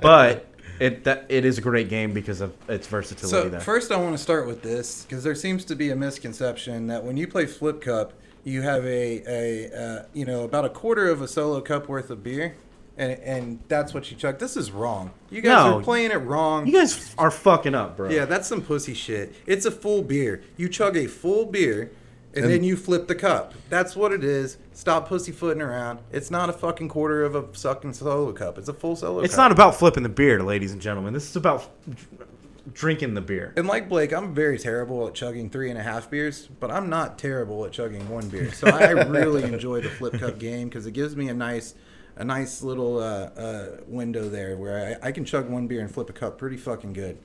but it that it is a great game because of its versatility.
So
there,
first, I want to start with this because there seems to be a misconception that when you play Flip Cup, you have a, a uh, you know about a quarter of a solo cup worth of beer, and, and that's what you chug. This is wrong. You guys
No.
are playing it wrong.
you guys are fucking up, bro.
yeah, that's some pussy shit. It's a full beer. You chug a full beer. And, then you flip the cup. That's what it is. Stop pussyfooting around. It's not a fucking quarter of a sucking solo cup. It's a full solo cup.
it's not about flipping the beer, ladies and gentlemen. This is about dr- drinking the beer.
And like Blake, I'm very terrible at chugging three and a half beers, but I'm not terrible at chugging one beer. So I really enjoy the flip cup game because it gives me a nice, a nice little uh, uh, window there where I, I can chug one beer and flip a cup pretty fucking good.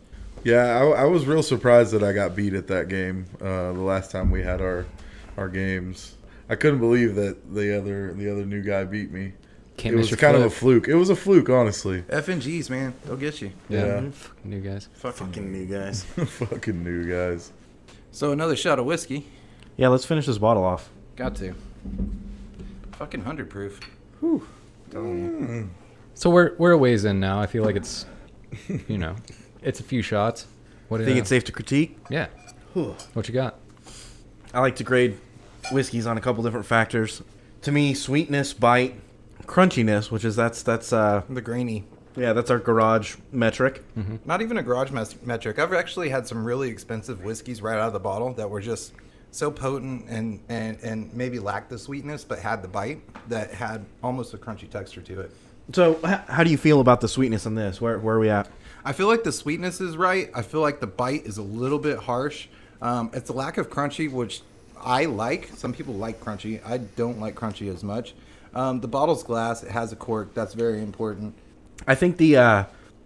Yeah, I, I was real surprised that I got beat at that game. Uh, the last time we had our our games, I couldn't believe that the other the other new guy beat me.
Can't
it
miss
was
your
kind of a
flip.
fluke. It was a fluke, honestly.
FNGs, man, they'll get you.
yeah,
yeah.
Fucking new guys.
Fucking new guys.
Fucking new guys.
So another shot of whiskey.
Yeah, let's finish this bottle off.
Got to. Fucking hundred proof.
So we're we're a ways in now. I feel like it's you know it's a few shots. What do
Think
you
it's safe to critique?
Yeah. What you got?
I like to grade whiskeys on a couple different factors. To me, sweetness, bite, crunchiness, which is that's that's uh
The grainy.
yeah, that's our garage metric.
Not even a garage mes- metric. I've actually had some really expensive whiskeys right out of the bottle that were just so potent and, and, and maybe lacked the sweetness, but had the bite that had almost a crunchy texture to it.
So, h- how do you feel about the sweetness on this? Where where are we at?
I feel like the sweetness is right. I feel like the bite is a little bit harsh. Um, it's the lack of crunchy, which I like. Some people like crunchy. I don't like crunchy as much. Um, the bottle's glass. It has a cork. That's very important.
I think the uh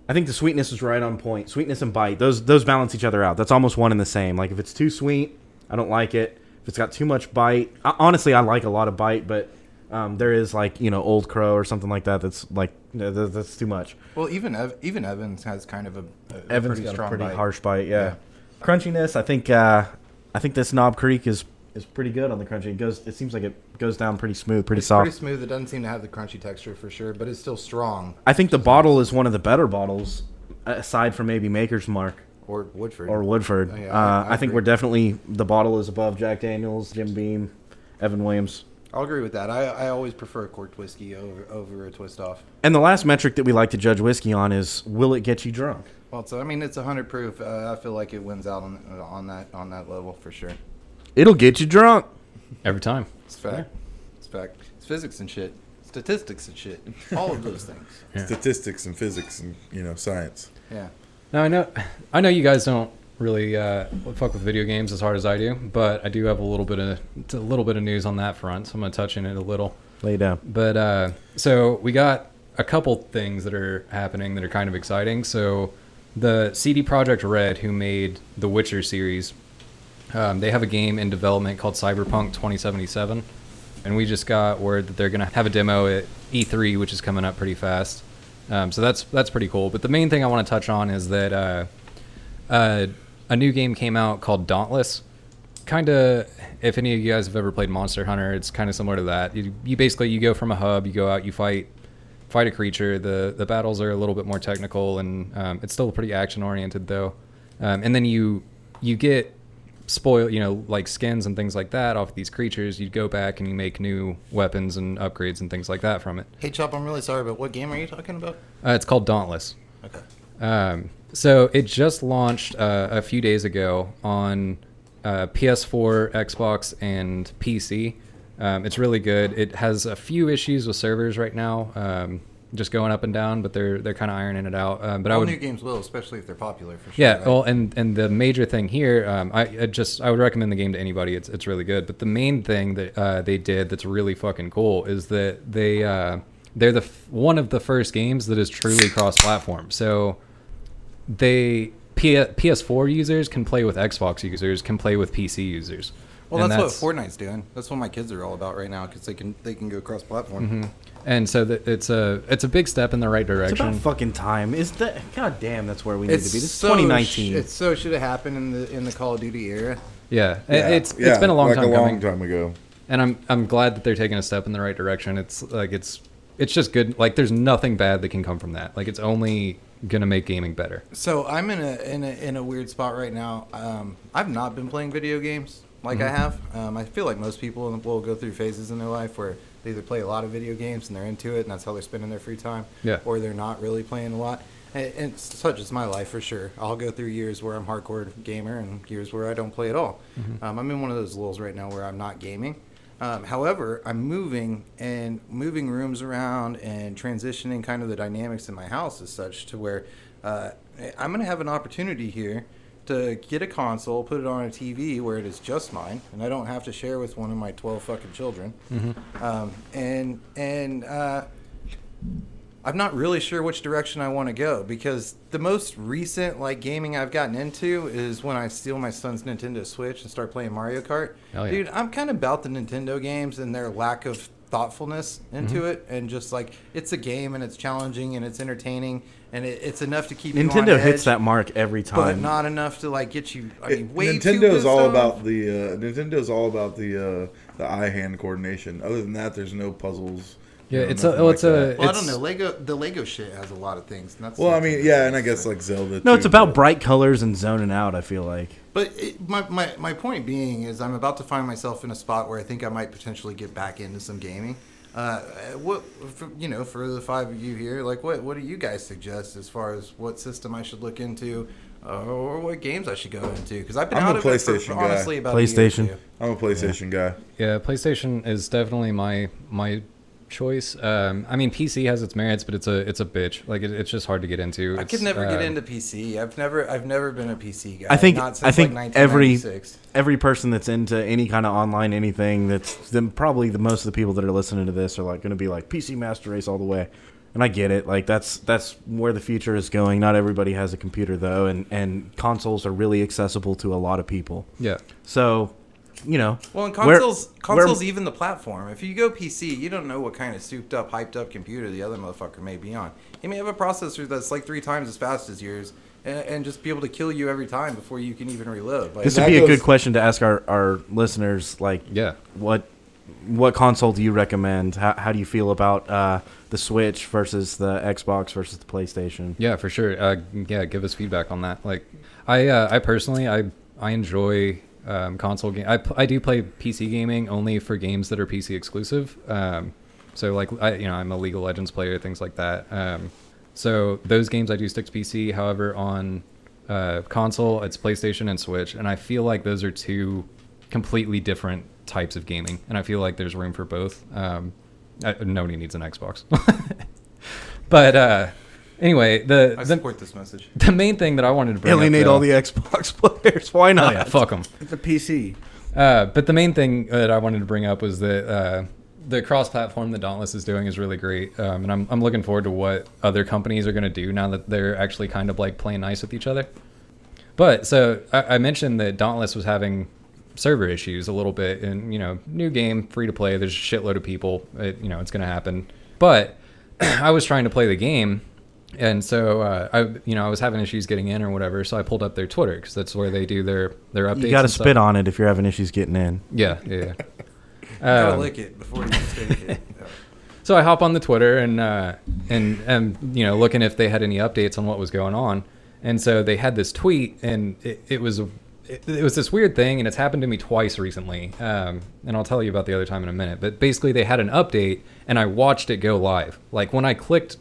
I think the sweetness is right on point. Sweetness and bite, those those balance each other out. That's almost one and the same. Like if it's too sweet, I don't like it. If it's got too much bite, I, honestly, I like a lot of bite, but um, there is like you know Old Crow or something like that. That's like no, that- that's too much.
Well, even Ev- even Evans has kind of a, a a
Evans
pretty
got
strong
a pretty
bite.
harsh bite. Yeah.
Yeah.
crunchiness. I think uh, I think this Knob Creek is is pretty good on the crunchy. It goes. It seems like it goes down pretty smooth, pretty
It's
soft.
pretty smooth. It doesn't seem to have the crunchy texture for sure, but it's still strong.
I think the bottle is one of the better bottles, aside from maybe Maker's Mark
Or Woodford.
or Woodford.
Oh, yeah, I-
uh,
I
I, think
agree.
we're definitely the bottle is above Jack Daniels, Jim Beam, Evan Williams.
I'll agree with that. I, I always prefer a corked whiskey over over a twist off.
And the last metric that we like to judge whiskey on is will it get you drunk?
Well, so I mean, it's hundred proof. Uh, I feel like it wins out on on that on that level for sure.
It'll get you drunk.
Every time.
It's fact. It's fact. It's physics and shit. Statistics and shit. All of those things.
Statistics and physics and you know science.
Yeah.
Now I know, I know you guys don't really uh, fuck with video games as hard as I do, but I do have a little bit of it's a little bit of news on that front, so I'm gonna touch in it a little.
Lay down.
But uh, so we got a couple things that are happening that are kind of exciting. So the CD Project Red, who made the Witcher series, um, they have a game in development called Cyberpunk 2077, and we just got word that they're gonna have a demo at E3, which is coming up pretty fast. Um, so that's that's pretty cool. But the main thing I want to touch on is that uh, uh, a new game came out called Dauntless. Kind of, if any of you guys have ever played Monster Hunter, it's kind of similar to that. You, you basically you go from a hub, you go out, you fight, fight a creature. the The battles are a little bit more technical, and um, it's still pretty action oriented though. Um, and then you you get spoil, you know, like skins and things like that off these creatures. You go back and you make new weapons and upgrades and things like that from it.
Hey, Chop. I'm really sorry, but what game are you talking about?
Uh, it's called Dauntless.
Okay.
Um, so it just launched uh, a few days ago on uh, PS4, Xbox, and PC. Um, it's really good. It has a few issues with servers right now, um, just going up and down, but they're they're kind of ironing it out. Um, but I
All
would
new games will, especially if they're popular for sure.
yeah,
right?
well, and and the major thing here, um, I, I just I would recommend the game to anybody. It's it's really good. But the main thing that uh, they did that's really fucking cool is that they uh, they're the f- one of the first games that is truly cross-platform. So they P- PS4 users can play with Xbox users, can play with PC users.
Well,
And
that's, what Fortnite's doing. That's what my kids are all about right now because they can they can go cross platform.
And so that it's a it's a big step in the right
It's
direction.
about fucking time. Is that god damn that's where we need
It's
to be. This is
so
2019.
sh- It so should have happened in the in the Call of Duty era.
yeah, It-
Yeah,
it's
yeah,
it's been a long
like
time
a
coming.
long time ago.
and I'm I'm glad that they're taking a step in the right direction. It's like it's it's just good. Like there's nothing bad that can come from that. Like it's only gonna make gaming better.
So I'm in a in a in a weird spot right now. Um, I've not been playing video games like
Mm-hmm.
I have. Um, I feel like most people will go through phases in their life where they either play a lot of video games and they're into it and that's how they're spending their free time,
Yeah.
or they're not really playing a lot. And, and such is my life for sure. I'll go through years where I'm hardcore gamer and years where I don't play at all. Um, I'm in one of those lulls right now where I'm not gaming. Um, however, I'm moving and moving rooms around and transitioning kind of the dynamics in my house as such to where uh, I'm going to have an opportunity here to get a console, put it on a TV where it is just mine, and I don't have to share with one of my 12 fucking children. Um, and and uh, I'm not really sure which direction I want to go because the most recent like gaming I've gotten into is when I steal my son's Nintendo Switch and start playing Mario Kart.
Hell yeah.
Dude, I'm kind of about the Nintendo games and their lack of thoughtfulness into
Mm-hmm.
it, and just like it's a game and it's challenging and it's entertaining and it, it's enough to keep you on
Nintendo hits
edge,
that mark every
but
time.
not enough to like get you. I mean,
It,
way too
Nintendo's
pissed
all
off.
about the uh, Nintendo's all about the uh, the eye hand coordination. Other than that, there's no puzzles. you
Yeah,
know,
it's a
nothing
oh,
like
it's
that.
a
Well, I
it's-
don't know. Lego, the Lego shit has a lot of things. And that's
Well, I
Nintendo
mean, yeah, and I
games,
guess
so.
like Zelda.
no,
too,
it's about
but-
bright colors and zoning out, I feel like.
But it, my, my, my point being is I'm about to find myself in a spot where I think I might potentially get back into some gaming. Uh, what for, you know for the five of you here, like what what do you guys suggest as far as what system I should look into, uh, or what games I should go into? Because I've been
I'm a
out of it
PlayStation
for, for
guy.
honestly about a year or
PlayStation.
two.
I'm a PlayStation guy.
yeah. PlayStation is definitely my my choice. Um, I mean PC has its merits, but it's a it's a bitch. Like it, it's just hard to get into.
I
It's,
could never get
uh,
into PC. I've never I've never been a PC guy.
I think
Not since,
I think
like,
every
1996.
every person that's into any kind of online anything that's then probably the most of the people that are listening to this are like going to be like PC master race all the way. And I get it. Like that's that's where the future is going. Not everybody has a computer though and and consoles are really accessible to a lot of people.
Yeah.
So you know.
Well, and
where-
consoles,
where-
consoles even the platform. If you go PC, you don't know what kind of souped up, hyped up computer the other motherfucker may be on. He may have a processor that's like three times as fast as yours, and, and just be able to kill you every time before you can even reload. Like,
this would
that
be a
goes-
good question to ask our, our listeners. Like,
Yeah.
what what console do you recommend? How, how do you feel about uh, the Switch versus the Xbox versus the PlayStation?
Yeah, for sure. Uh, yeah, give us feedback on that. Like, I uh, I personally I I enjoy um, console game. I pl- I do play PC gaming only for games that are PC exclusive. Um, so like I you know I'm a League of Legends player, things like that. Um, so those games I do stick to PC. However, on uh, console it's PlayStation and Switch, and I feel like those are two completely different types of gaming, and I feel like there's room for both. Um, I, nobody needs an Xbox. But uh, anyway, the,
I
the
support this message.
the main thing that I wanted to bring
Alienate
up, though-
all the Xbox players. Why
oh
not?
yeah, fuck 'em.
It's a PC.
Uh, but the main thing that I wanted to bring up was that uh, the cross-platform that Dauntless is doing is really great, um, and I'm I'm looking forward to what other companies are going to do now that they're actually kind of like playing nice with each other. But so I, I mentioned that Dauntless was having server issues a little bit, and you know, new game, free to play. There's a shitload of people. It, you know, it's going to happen. But I was trying to play the game, and so uh, I, you know, I was having issues getting in or whatever. So I pulled up their Twitter because that's where they do their their updates.
You got to
and stuff.
spit on it if you're having issues getting in.
Yeah, yeah. yeah.
Gotta
Um,
lick it before you take it. Yeah.
so I hop on the Twitter and uh, and and you know looking if they had any updates on what was going on, and so they had this tweet, and it, it was it, it was this weird thing, and it's happened to me twice recently, um, and I'll tell you about the other time in a minute. But basically, they had an update, and I watched it go live. Like when I clicked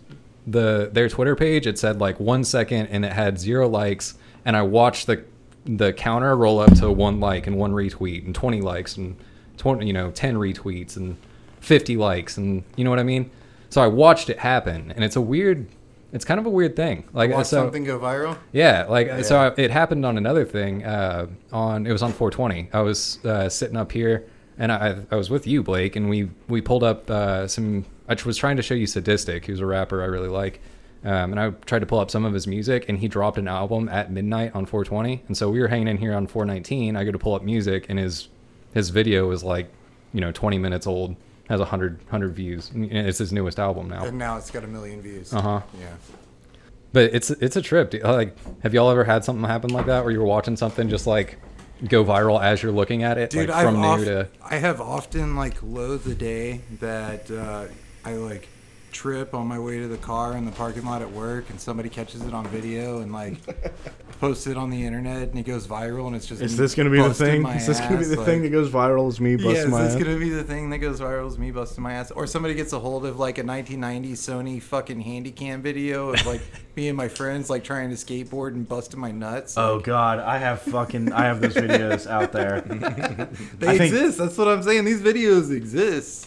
the their Twitter page, it said like one second, and it had zero likes, and I watched the the counter roll up to one like and one retweet and 20 likes and 20 you know 10 retweets and 50 likes and you know what i mean so i watched it happen and it's a weird it's kind of a weird thing like
Watch
so,
something go viral.
yeah, like so I, it happened on another thing. Uh, on it was on 420. I was uh, sitting up here, and I, I was with you, Blake, and we we pulled up uh, some. I was trying to show you Sadistic, who's a rapper I really like, um, and I tried to pull up some of his music, and he dropped an album at midnight on 420, and so we were hanging in here on 419. I go to pull up music, and his his video was like, you know, 20 minutes old, has 100 100 views. And it's his newest album now.
And now it's got a million views.
Uh huh.
Yeah.
But it's it's a trip. dude. Like, have y'all ever had something happen like that where you were watching something just like go viral as you're looking at it,
Dude,
like from
I've
new
oft-
to
I have often like loathed the day that uh, I like trip on my way to the car in the parking lot at work, and somebody catches it on video and like posts it on the internet, and it goes viral, and it's just
Is
me
this gonna be the
busting
thing?
my
Is this gonna be
ass,
the
like-
thing that goes viral? Is
yeah,
me busting
is
my
this
ass?
gonna be the thing that goes viral? Is me busting my ass, or somebody gets a hold of like a 1990 Sony fucking handycam video of like me and my friends like trying to skateboard and busting my nuts?
Oh god, I have fucking I have those videos out there.
they
I think-
exist. That's what I'm saying. These videos exist.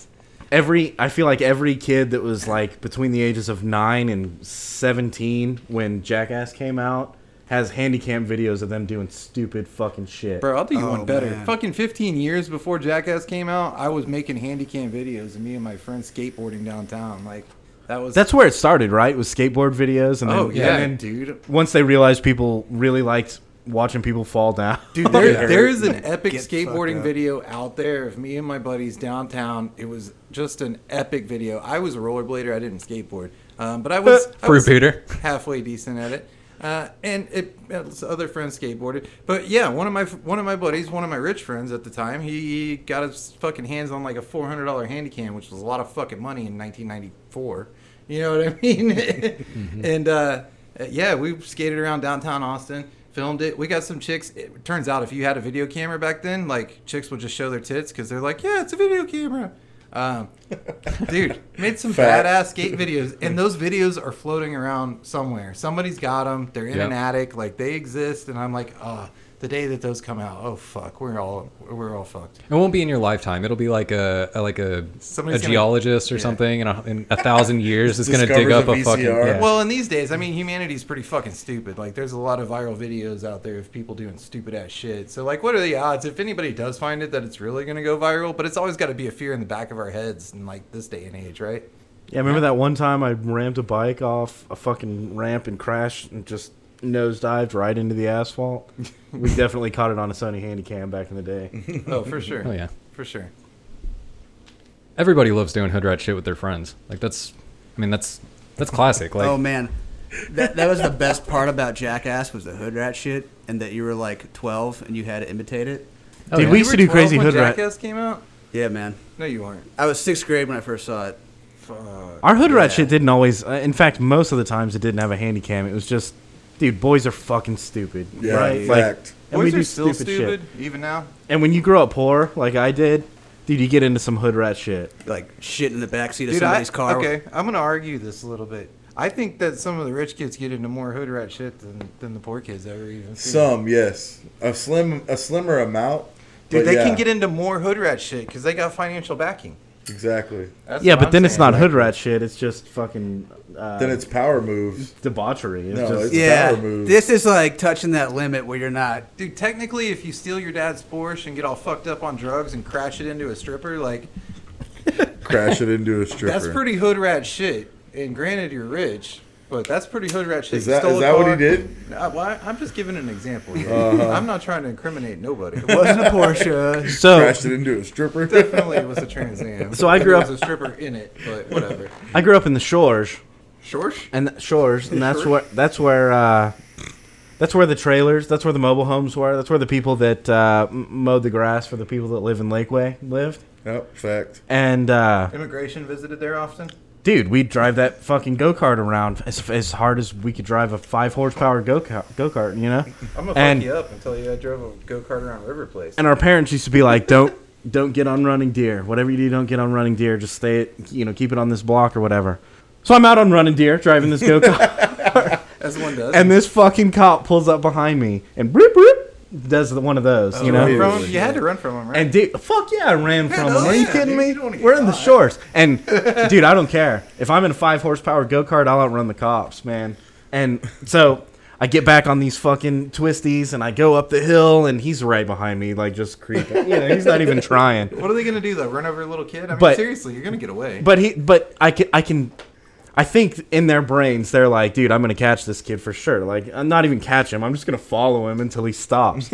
Every I feel like every kid that was like between the ages of 9 and 17 when Jackass cam out has handycam videos of them doing stupid fucking shit.
Bro, I'll do you
Oh,
one better.
man.
Fucking 15 years before Jackass came out, I was making handycam videos and me and my friends skateboarding downtown. Like that was
That's where it started, right? With skateboard videos and then,
oh yeah,
and then
dude.
once they realized people really liked watching people fall down.
Dude, there, there is an epic
Get fucked
skateboarding
up.
video out there of me and my buddies downtown. It was just an epic video. I was a rollerblader. I didn't skateboard, um, but I was, I
fruit
was
Peter.
halfway decent at it. Uh, and it, uh, other friends skateboarded, but yeah, one of my one of my buddies, one of my rich friends at the time, he got his fucking hands on like a four hundred dollar handy cam, which was a lot of fucking money in nineteen ninety four. You know what I mean? And uh, yeah, we skated around downtown Austin, filmed it. We got some chicks. It turns out if you had a video camera back then, like chicks would just show their tits because they're like, yeah, it's a video camera. Um, dude, made some
Fat.
badass skate videos, and those videos are floating around somewhere. Somebody's got them. They're in an
Yep.
attic, like they exist. And I'm like, oh, the day that those come out, oh fuck, we're all we're all fucked.
It won't be in your lifetime. It'll be like a, a- like a
Somebody's
a
gonna-
geologist or
yeah.
something in a, in a thousand years is going to dig
Discovers
up
a
a, fucking.
VCR.
Yeah.
Well, in these days, I mean, humanity's pretty fucking stupid. Like, there's a lot of viral videos out there of people doing stupid ass shit. So, like, what are the odds if anybody does find it that it's really gonna go viral? But it's always got to be a fear in the back of our heads in like this day and age, right?
Yeah, remember that one time I rammed a bike off a fucking ramp and crashed and just nosedived right into the asphalt. we definitely caught it on a Sony Handycam back in the day.
Oh, for sure.
Oh yeah.
For sure.
Everybody loves doing hood rat shit with their friends. Like that's, I mean that's that's classic. Like
Um,
oh man, that that was the best part about Jackass was the hood rat shit, and that you were like 12 and you had to imitate it.
Oh,
Dude,
yeah.
we used to
You
do
were 12
crazy
when
hood rat.
Jackass came out?
Yeah, man.
No, you weren't.
I was sixth grade when I first saw it.
Fuck.
Our hood rat
Yeah.
shit didn't always. Uh, in fact, most of the times it didn't have a handy cam. It was just, dude, boys are fucking stupid,
Yeah,
right?
fact.
and
Boys
we do
are still
stupid,
stupid,
shit.
even now.
And when you grow up poor, like I did, dude, you get into some hood rat shit.
Like shit in the backseat of
Dude, I,
somebody's car.
okay, I'm gonna argue this a little bit. I think that some of the rich kids get into more hood rat shit than, than the poor kids ever even see.
Some, yes. A slim, a slimmer amount.
Dude,
but
they
yeah,
can get into more hood rat shit because they got financial backing.
exactly.
That's
yeah,
what
but
I'm
then it's
saying.
not hood rat shit. It's just fucking uh,
Then it's power moves.
debauchery. It's
No, it's-
just,
Yeah,
Power moves.
this is like touching that limit where you're not.
Dude, technically, if you steal your dad's Porsche and get all fucked up on drugs and crash it into a stripper, like
Crash it into a stripper.
that's pretty hood rat shit. And granted, you're rich, but that's pretty hood rat shit.
Is
You
that-
stole
is
a
that what he
car-
did? Uh-huh.
Uh, well, I, am just giving an example. Here. I'm not trying to incriminate nobody. It
Wasn't a Porsche.
so
Crashed it into a stripper.
definitely was a Trans Am.
So I grew
There
up-
was a stripper in it, but whatever.
I grew up in the shores,
Shorsh?
and th- shores, and that's where that's where uh, that's where the trailers, that's where the mobile homes were, that's where the people that uh, m- mowed the grass for the people that live in Lakeway lived.
Yep, fact.
And uh,
Immigration visited there often.
dude, we'd drive that fucking go kart around as, as hard as we could drive a five horsepower go go kart, you know.
I'm gonna
And-
fuck you up until you I drove a go kart around River Place.
And our parents used to be like, "Don't don't get on running deer. Whatever you do, don't get on running deer. Just stay, at, you know, keep it on this block or whatever." So I'm out on running deer, driving this go kart.
As one does.
and this fucking cop pulls up behind me and bloop, bloop, does the- one of those, you know?
Run from 'em? you had to run from him, right?
And dude, fuck yeah, I ran from him.
no,
Are you
yeah,
kidding
dude,
me?
you don't wanna get
We're in the
caught.
shorts, and dude, I don't care if I'm in a five horsepower go kart, I'll outrun the cops, man. And so I get back on these fucking twisties, and I go up the hill, and he's right behind me, like just creeping. you know, he's not even trying.
what are they gonna do though? Run over a little kid? I mean,
But-
seriously, you're gonna get away.
But he, but I can, I can, I think in their brains they're like, dude, I'm gonna catch this kid for sure. Like, I'm not even catch him. I'm just gonna follow him until he stops.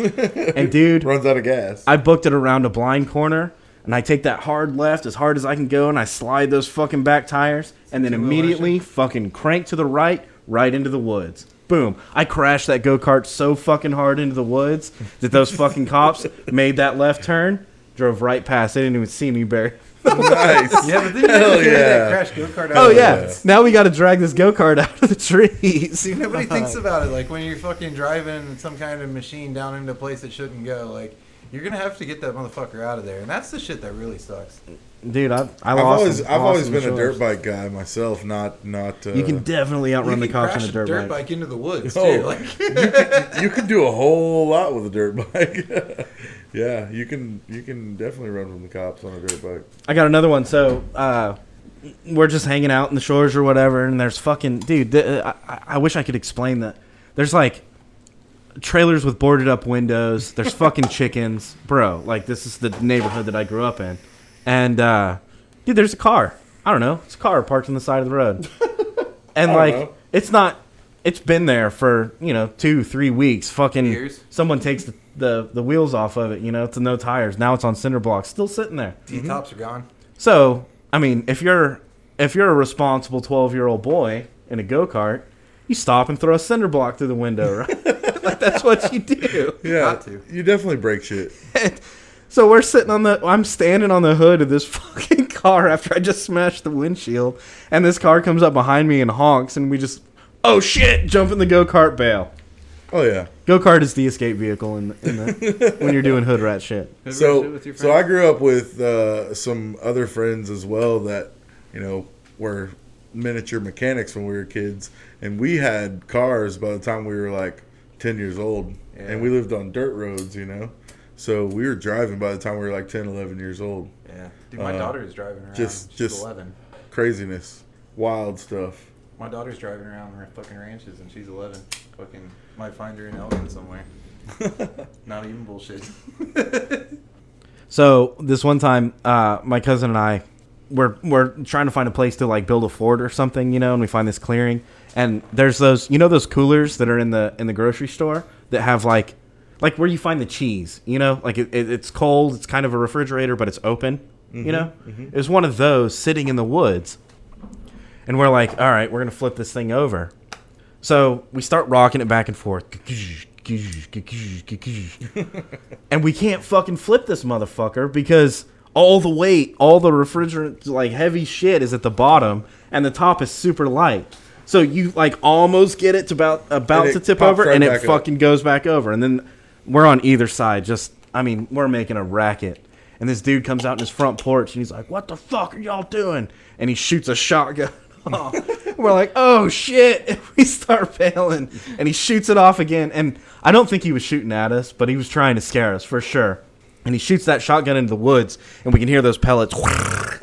and dude,
Runs out of gas.
I booked it around a blind corner, and I take that hard left as hard as I can go, and I slide those fucking back tires, and then immediately fucking crank to the right, right into the woods. Boom! I crashed that go kart so fucking hard into the woods that those fucking cops made that left turn, drove right past. They didn't even see me, Barry.
nice.
yeah, but then you
Hell
had to carry
yeah.
that crash go kart.
Oh yeah. Now we got to drag this go kart out of the trees.
See, nobody thinks about it. Like when you're fucking driving some kind of machine down into a place that shouldn't go, like you're gonna have to get that motherfucker out of there, and that's the shit that really sucks.
Dude, I, I
I've
lost.
always,
him.
I've
Lost
always
him
been
to
a dirt
shorts.
bike guy myself. Not, not. Uh,
You can definitely outrun
you
the
can
cops on
crash
a dirt, bike.
into the woods
Oh.
too. Like,
you can do a whole lot with a dirt bike. yeah, you can you can definitely run from the cops on a dirt bike.
I got another one. So uh, we're just hanging out in the shores or whatever, and there's fucking dude. Th- uh, I, I- I wish I could explain that. There's like trailers with boarded up windows. There's fucking chickens, bro. Like this is the neighborhood that I grew up in, and uh, dude, there's a car. I don't know. It's a car parked on the side of the road, and like
know.
it's not. It's been there for you know two, three weeks. Fucking
Years.
someone takes the, the the wheels off of it. You know, it's no tires. Now it's on cinder blocks, still sitting there.
D tops are gone.
So, I mean, if you're if you're a responsible 12-year-old boy in a go-kart, you stop and throw a cinder block through the window, right? like that's what you do.
Yeah,
Got to.
you definitely break shit.
So we're sitting on the I'm standing on the hood of this fucking car after I just smashed the windshield and this car comes up behind me and honks and we just oh shit, jump in the go-kart bail.
Oh yeah.
Go-kart is the escape vehicle in, in the, when you're doing hood rat shit.
So so I grew up with uh, some other friends as well that you know were miniature mechanics when we were kids, and we had cars by the time we were like ten years old, and we lived on dirt roads, you know. So we were driving by the time we were like 10, 11 years old.
Yeah, dude, my
Uh,
daughter is driving around.
just-
She's
just-
11.
Craziness, wild stuff.
My daughter's driving around her fucking ranches, and she's 11. Fucking might find her in Elgin somewhere. Not even bullshit.
So this one time, uh, my cousin and I were were trying to find a place to like build a fort or something, you know, and we find this clearing, and there's those you know those coolers that are in the in the grocery store that have like like where you find the cheese you know like it, it, it's cold it's kind of a refrigerator but it's open you know it was one of those sitting in the woods and we're like all right we're gonna flip this thing over so we start rocking it back and forth and we can't fucking flip this motherfucker because all the weight, all the refrigerant, like heavy shit is at the bottom, and the top is super light. So you like almost get it to about about
And
to
it
tip
pops
over,
right
and
back
it
up.
fucking goes back over, and then we're on either side. Just I mean, we're making a racket. And this dude comes out in his front porch, and he's like, "What the fuck are y'all doing?" And he shoots a shotgun. we're like, "Oh shit!" And we start bailing, and he shoots it off again. And I don't think he was shooting at us, but he was trying to scare us for sure and he shoots that shotgun into the woods, and we can hear those pellets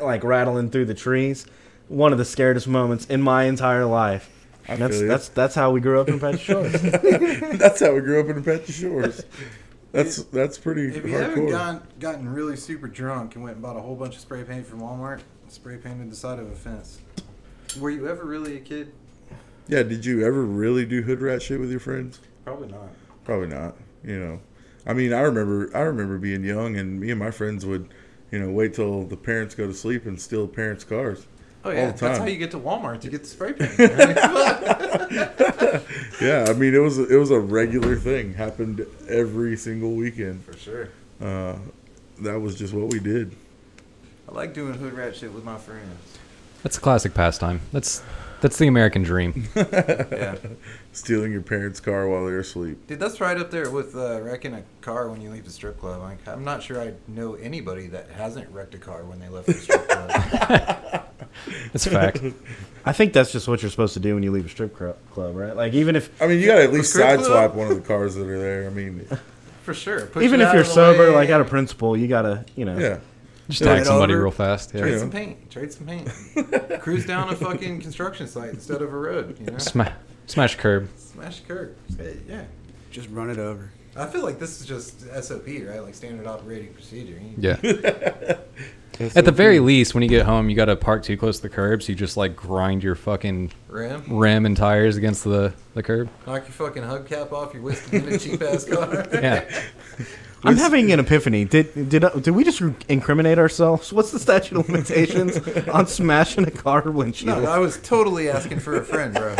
like rattling through the trees. One of the scariest moments in my entire life. And that's
feel you.
that's that's how we grew up in Patch Shores.
That's how we grew up in Apache Shores. That's that's pretty
If you haven't
hardcore.
gone, gotten really super drunk and went and bought a whole bunch of spray paint from Walmart, and spray painted the side of a fence, were you ever really a kid?
yeah, did you ever really do hood rat shit with your friends?
Probably not.
Probably not. You know, I mean, I remember, I remember being young, and me and my friends would, you know, wait till the parents go to sleep and steal parents' cars.
Oh yeah,
the
that's
time.
how you get to Walmart to get the spray paint. Fuck.
Yeah, I mean, it was it was a regular thing. Happened every single weekend.
For sure.
Uh, that was just what we did.
I like doing hood rat shit with my friends.
That's a classic pastime. That's that's the American dream.
Yeah,
Stealing your parents' car while they're asleep.
dude, that's right up there with uh, wrecking a car when you leave the strip club. Like, I'm not sure I know anybody that hasn't wrecked a car when they left the strip club.
That's a fact.
I think that's just what you're supposed to do when you leave a strip cru- club, right? Like even if
I mean, you gotta at least
Strip club?
sideswipe one of the cars that are there. I mean,
For sure. Push
even
it
if
out
you're
of the
sober,
way.
like out of principle, you gotta you know.
yeah.
Just
Yeah.
tag somebody
Over.
real fast. Yeah.
Trade
Yeah.
some paint. Trade some paint. Cruise down a fucking construction site instead of a road. You know,
Sma- smash curb.
smash a curb. Hey, uh, yeah,
Just run it over.
I feel like this is just SOP, right? Like standard operating procedure. You-
Yeah. At the very least, when you get home, you got to park too close to the curb, so you just like grind your fucking
Rim,
rim and tires against the, the curb.
knock your fucking hubcap off. You're wasting in a cheap ass car.
Yeah.
I'm having an epiphany. Did did did we just incriminate ourselves? What's the statute of limitations on smashing a car
No,
windshield?
I was totally asking for a friend, bro.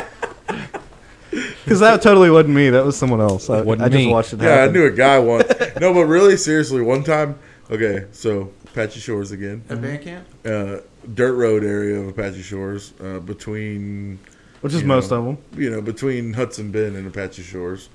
Because that totally wasn't me. That was someone else. I,
Wasn't
I just
me.
watched it.
Yeah, I
happen.
knew a guy once. No, but really, seriously, one time. Okay, so Apache Shores again.
At band camp.
Uh, dirt road area of Apache Shores, uh, between
Which is
you
most
know,
of them.
You know, between Hudson Bend and Apache Shores,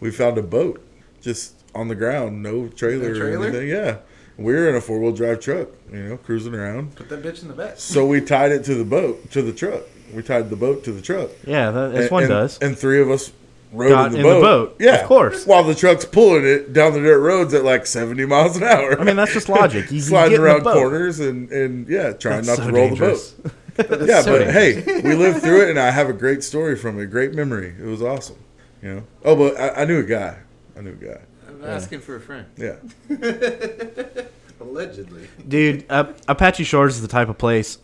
we found a boat just on the ground, no trailer,
trailer?
or anything. Yeah, we were in a four wheel drive truck, you know, cruising around.
Put that bitch in the back.
So we tied it to the boat, to the truck. We tied the boat to the truck.
Yeah, that, this
And-
one
and-
does.
And three of us rode
Got
in, the,
in the
boat.
boat, of
Yeah,
course.
While the truck's pulling it down the dirt roads at like seventy miles an hour.
I mean, that's just logic. You, you
sliding
get
around
around corner.
corners and and yeah, trying not to roll the
boat.
boat. yeah, but hey, we lived through it, and I have a great story from it. Great memory. It was awesome. You know. Oh, but I, I knew a guy. I knew a guy.
I'm asking for a friend.
Yeah.
Allegedly.
Dude, uh, Apache Shores is the type of place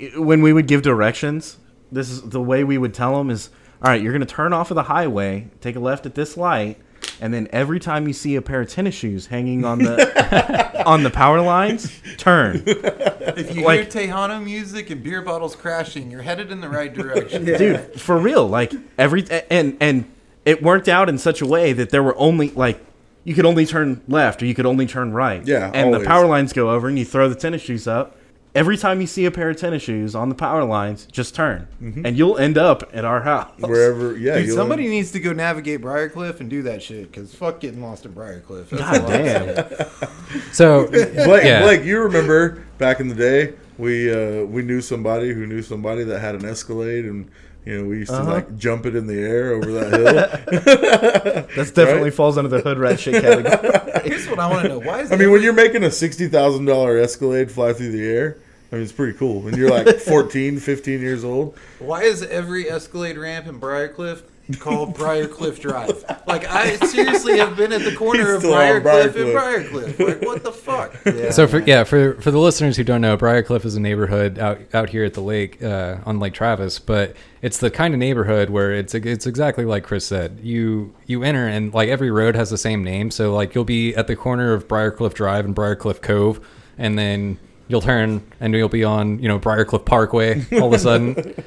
i- when we would give directions, this is the way we would tell them is, all right, you're going to turn off of the highway, take a left at this light, and then every time you see a pair of tennis shoes hanging on the on the power lines, turn.
If you
Like-
hear Tejano music and beer bottles crashing, you're headed in the right direction.
dude for real like every and and it worked out in such a way that there were only like you could only turn left or you could only turn right
Yeah,
and
always.
the power lines go over and you throw the tennis shoes up every time you see a pair of tennis shoes on the power lines just turn and you'll end up at our house
Mm-hmm. Wherever. Yeah.
Dude,
you'll-
somebody needs to go navigate Briarcliff and do that shit, because fuck getting lost in Briarcliff. That's
God
a lot of
damn.
shit.
So
Blake,
yeah.
Blake, you remember back in the day, we uh, we knew somebody who knew somebody that had an Escalade, and you know we used to like jump it in the air over that hill.
that definitely
Right?
falls under the hood rat shit category
Here's what I want to know. Why is
I mean, when you're making a sixty thousand dollar Escalade fly through the air, I mean it's pretty cool. And you're like 14, 15 years old.
Why is every Escalade ramp in Briarcliff called Briarcliff Drive. Like I seriously have been at the corner of
still on
Briarcliff
Briarcliff.
and Briarcliff. Like what the fuck?
so for yeah for for the listeners who don't know, Briarcliff is a neighborhood out out here at the lake uh, on Lake Travis, but it's the kind of neighborhood where it's it's exactly like Chris said. You you enter and like every road has the same name, so like you'll be at the corner of Briarcliff Drive and Briarcliff Cove, and then you'll turn and you'll be on you know Briarcliff Parkway all of a sudden.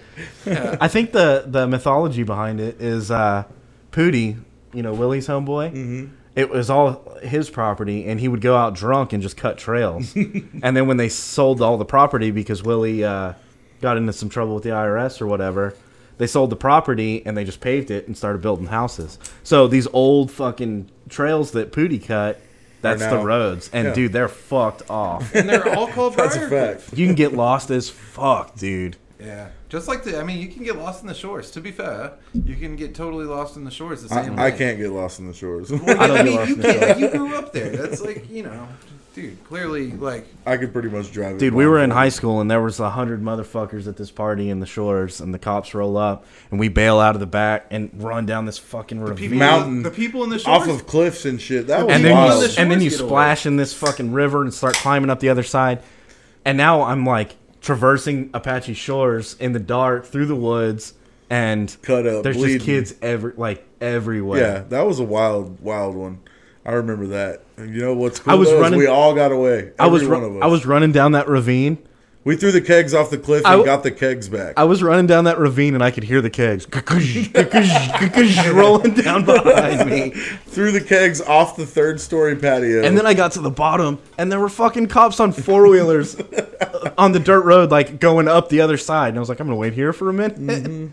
I think the the mythology behind it is uh, Pootie, you know Willie's homeboy. Mm-hmm. It was all his property, and he would go out drunk and just cut trails. and then when they sold all the property because Willie uh, got into some trouble with the IRS or whatever, they sold the property and they just paved it and started building houses. So these old fucking trails that Pootie cut, that's
now-
the roads. And
yeah.
dude, they're fucked off.
And they're all called
That's a
Briarcliff.
fact.
you can get lost as fuck, dude.
Yeah. Just like the I mean you can get lost in the shores, to be fair. You can get totally lost in the shores the same
I, I
way.
can't get lost in the shores.
I,
don't get
mean,
lost
you
in the
can't. Like, you grew up there. That's like, you know, dude, clearly, like,
I could pretty much drive. it
Dude, we were in
blindfolded.
high school and there was a hundred motherfuckers at this party in the shores, and the cops roll up and we bail out of the back and run down this fucking
people,
ravine.
Mountain.
the people in the shores.
off of cliffs and shit. That was
And then,
Wow.
you,
wild.
Shores
and then you
get away.
splash in this fucking river and start climbing up the other side. And now I'm like traversing Apache Shores in the dark through the woods, and
Cut up,
there's
bleeding.
just kids every like everywhere.
yeah, that was a wild, wild one. I remember that. And you know what's cool?
I was
though, is
running-
We all got away. Every
I was
one
ru-
of us.
I was running down that ravine.
We threw the kegs off the cliff and
I w-
got the kegs back.
I was running down that ravine and I could hear the kegs rolling down behind me.
threw the kegs off the third story patio.
And then I got to the bottom, and there were fucking cops on four wheelers on the dirt road, like going up the other side. And I was like, I'm gonna wait here for a minute.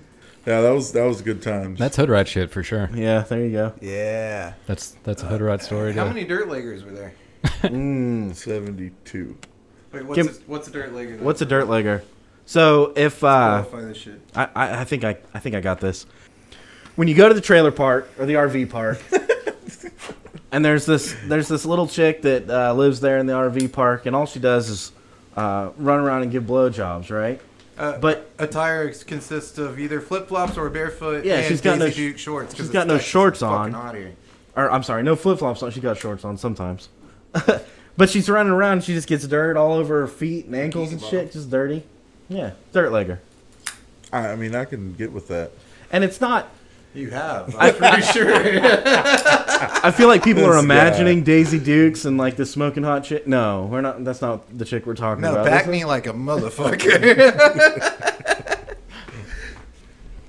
yeah, that was that was good times.
That's hood rat shit for sure.
Yeah, there you go.
Yeah.
That's that's a hood rat story.
how
to-
many dirt leggers were there?
seventy two.
Wait, what's,
Kim-
a, what's a dirt legger?
What's a dirt legger? So if uh,
Qualify this shit.
I, I, I think I, I think I got this. When you go to the trailer park or the RV park, and there's this there's this little chick that uh, lives there in the RV park, and all she does is uh, run around and give blowjobs, right?
Uh,
But
attire ex- consists of either flip flops or barefoot.
Yeah,
and
she's got no
Daisy
sh-
Duke shorts. 'cause
she's
it's
got no
Texas, it's
shorts
fucking
on.
hot here.
or I'm sorry, no flip flops on. She got shorts on sometimes, but she's running around. And she just gets dirt all over her feet and ankles and shit, just dirty. Yeah, dirt legger,
I, I mean, I can get with that.
and it's not.
You have. I'm pretty sure.
I feel like people are
This
imagining Daisy Dukes and like the smoking hot chick. No, we're not. That's not the chick we're talking
No,
about.
back
is it?
me like a motherfucker.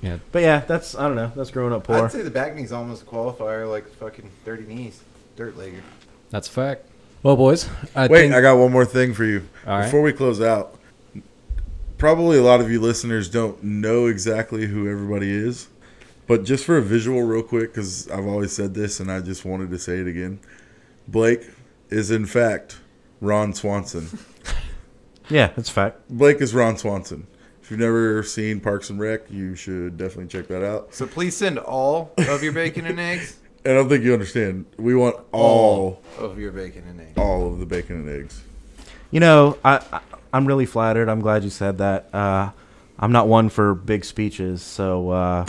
yeah,
But yeah, that's I don't know. That's growing up poor.
I'd say the back knee's almost a qualifier, like fucking dirty knees. Dirt legger.
that's a fact. Well, boys, I
Wait,
think
I got one more thing for you
All right.
before we close out. Probably a lot of you listeners don't know exactly who everybody is, but just for a visual, real quick, because I've always said this and I just wanted to say it again. Blake is in fact Ron Swanson.
yeah, that's a fact.
Blake is Ron Swanson. If you've never seen Parks and Rec, you should definitely check that out.
So please send all of your bacon and eggs.
And I don't think you understand. We want all,
Of your bacon and eggs.
all of the bacon and eggs.
You know, I, I I'm really flattered. I'm glad you said that. Uh, I'm not one for big speeches, so uh,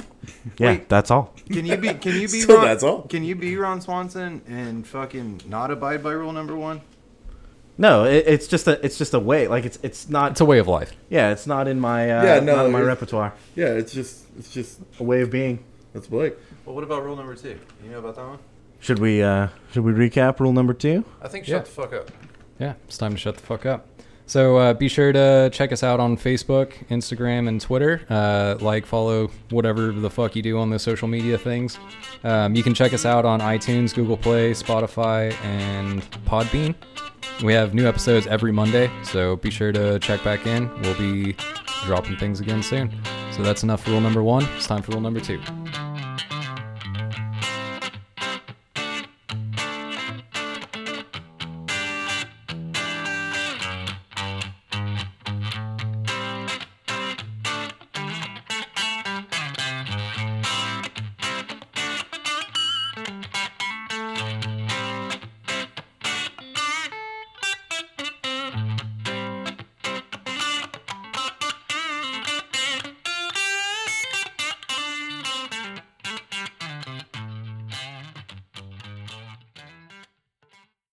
yeah,
Wait.
that's all.
Can you be? Can you be?
So
Ron,
that's all.
Can you be Ron Swanson and fucking not abide by rule number one?
No, it, it's just a it's just a way. Like it's it's not
it's a way of life.
Yeah, it's not in my uh,
Yeah, no,
not in my
it-
repertoire.
Yeah, it's just, it's just
A way of being.
that's Blake.
Well, what about rule number two? You know about that one?
Should we uh, should we recap rule number two?
I think
Yeah.
shut the fuck up.
Yeah, it's time to shut the fuck up. So uh, be sure to check us out on Facebook, Instagram, and Twitter. Uh, like, follow, whatever the fuck you do on those social media things. Um, you can check us out on iTunes, Google Play, Spotify, and Podbean. We have new episodes every Monday, so be sure to check back in. We'll be dropping things again soon. So that's enough for rule number one. It's time for rule number two.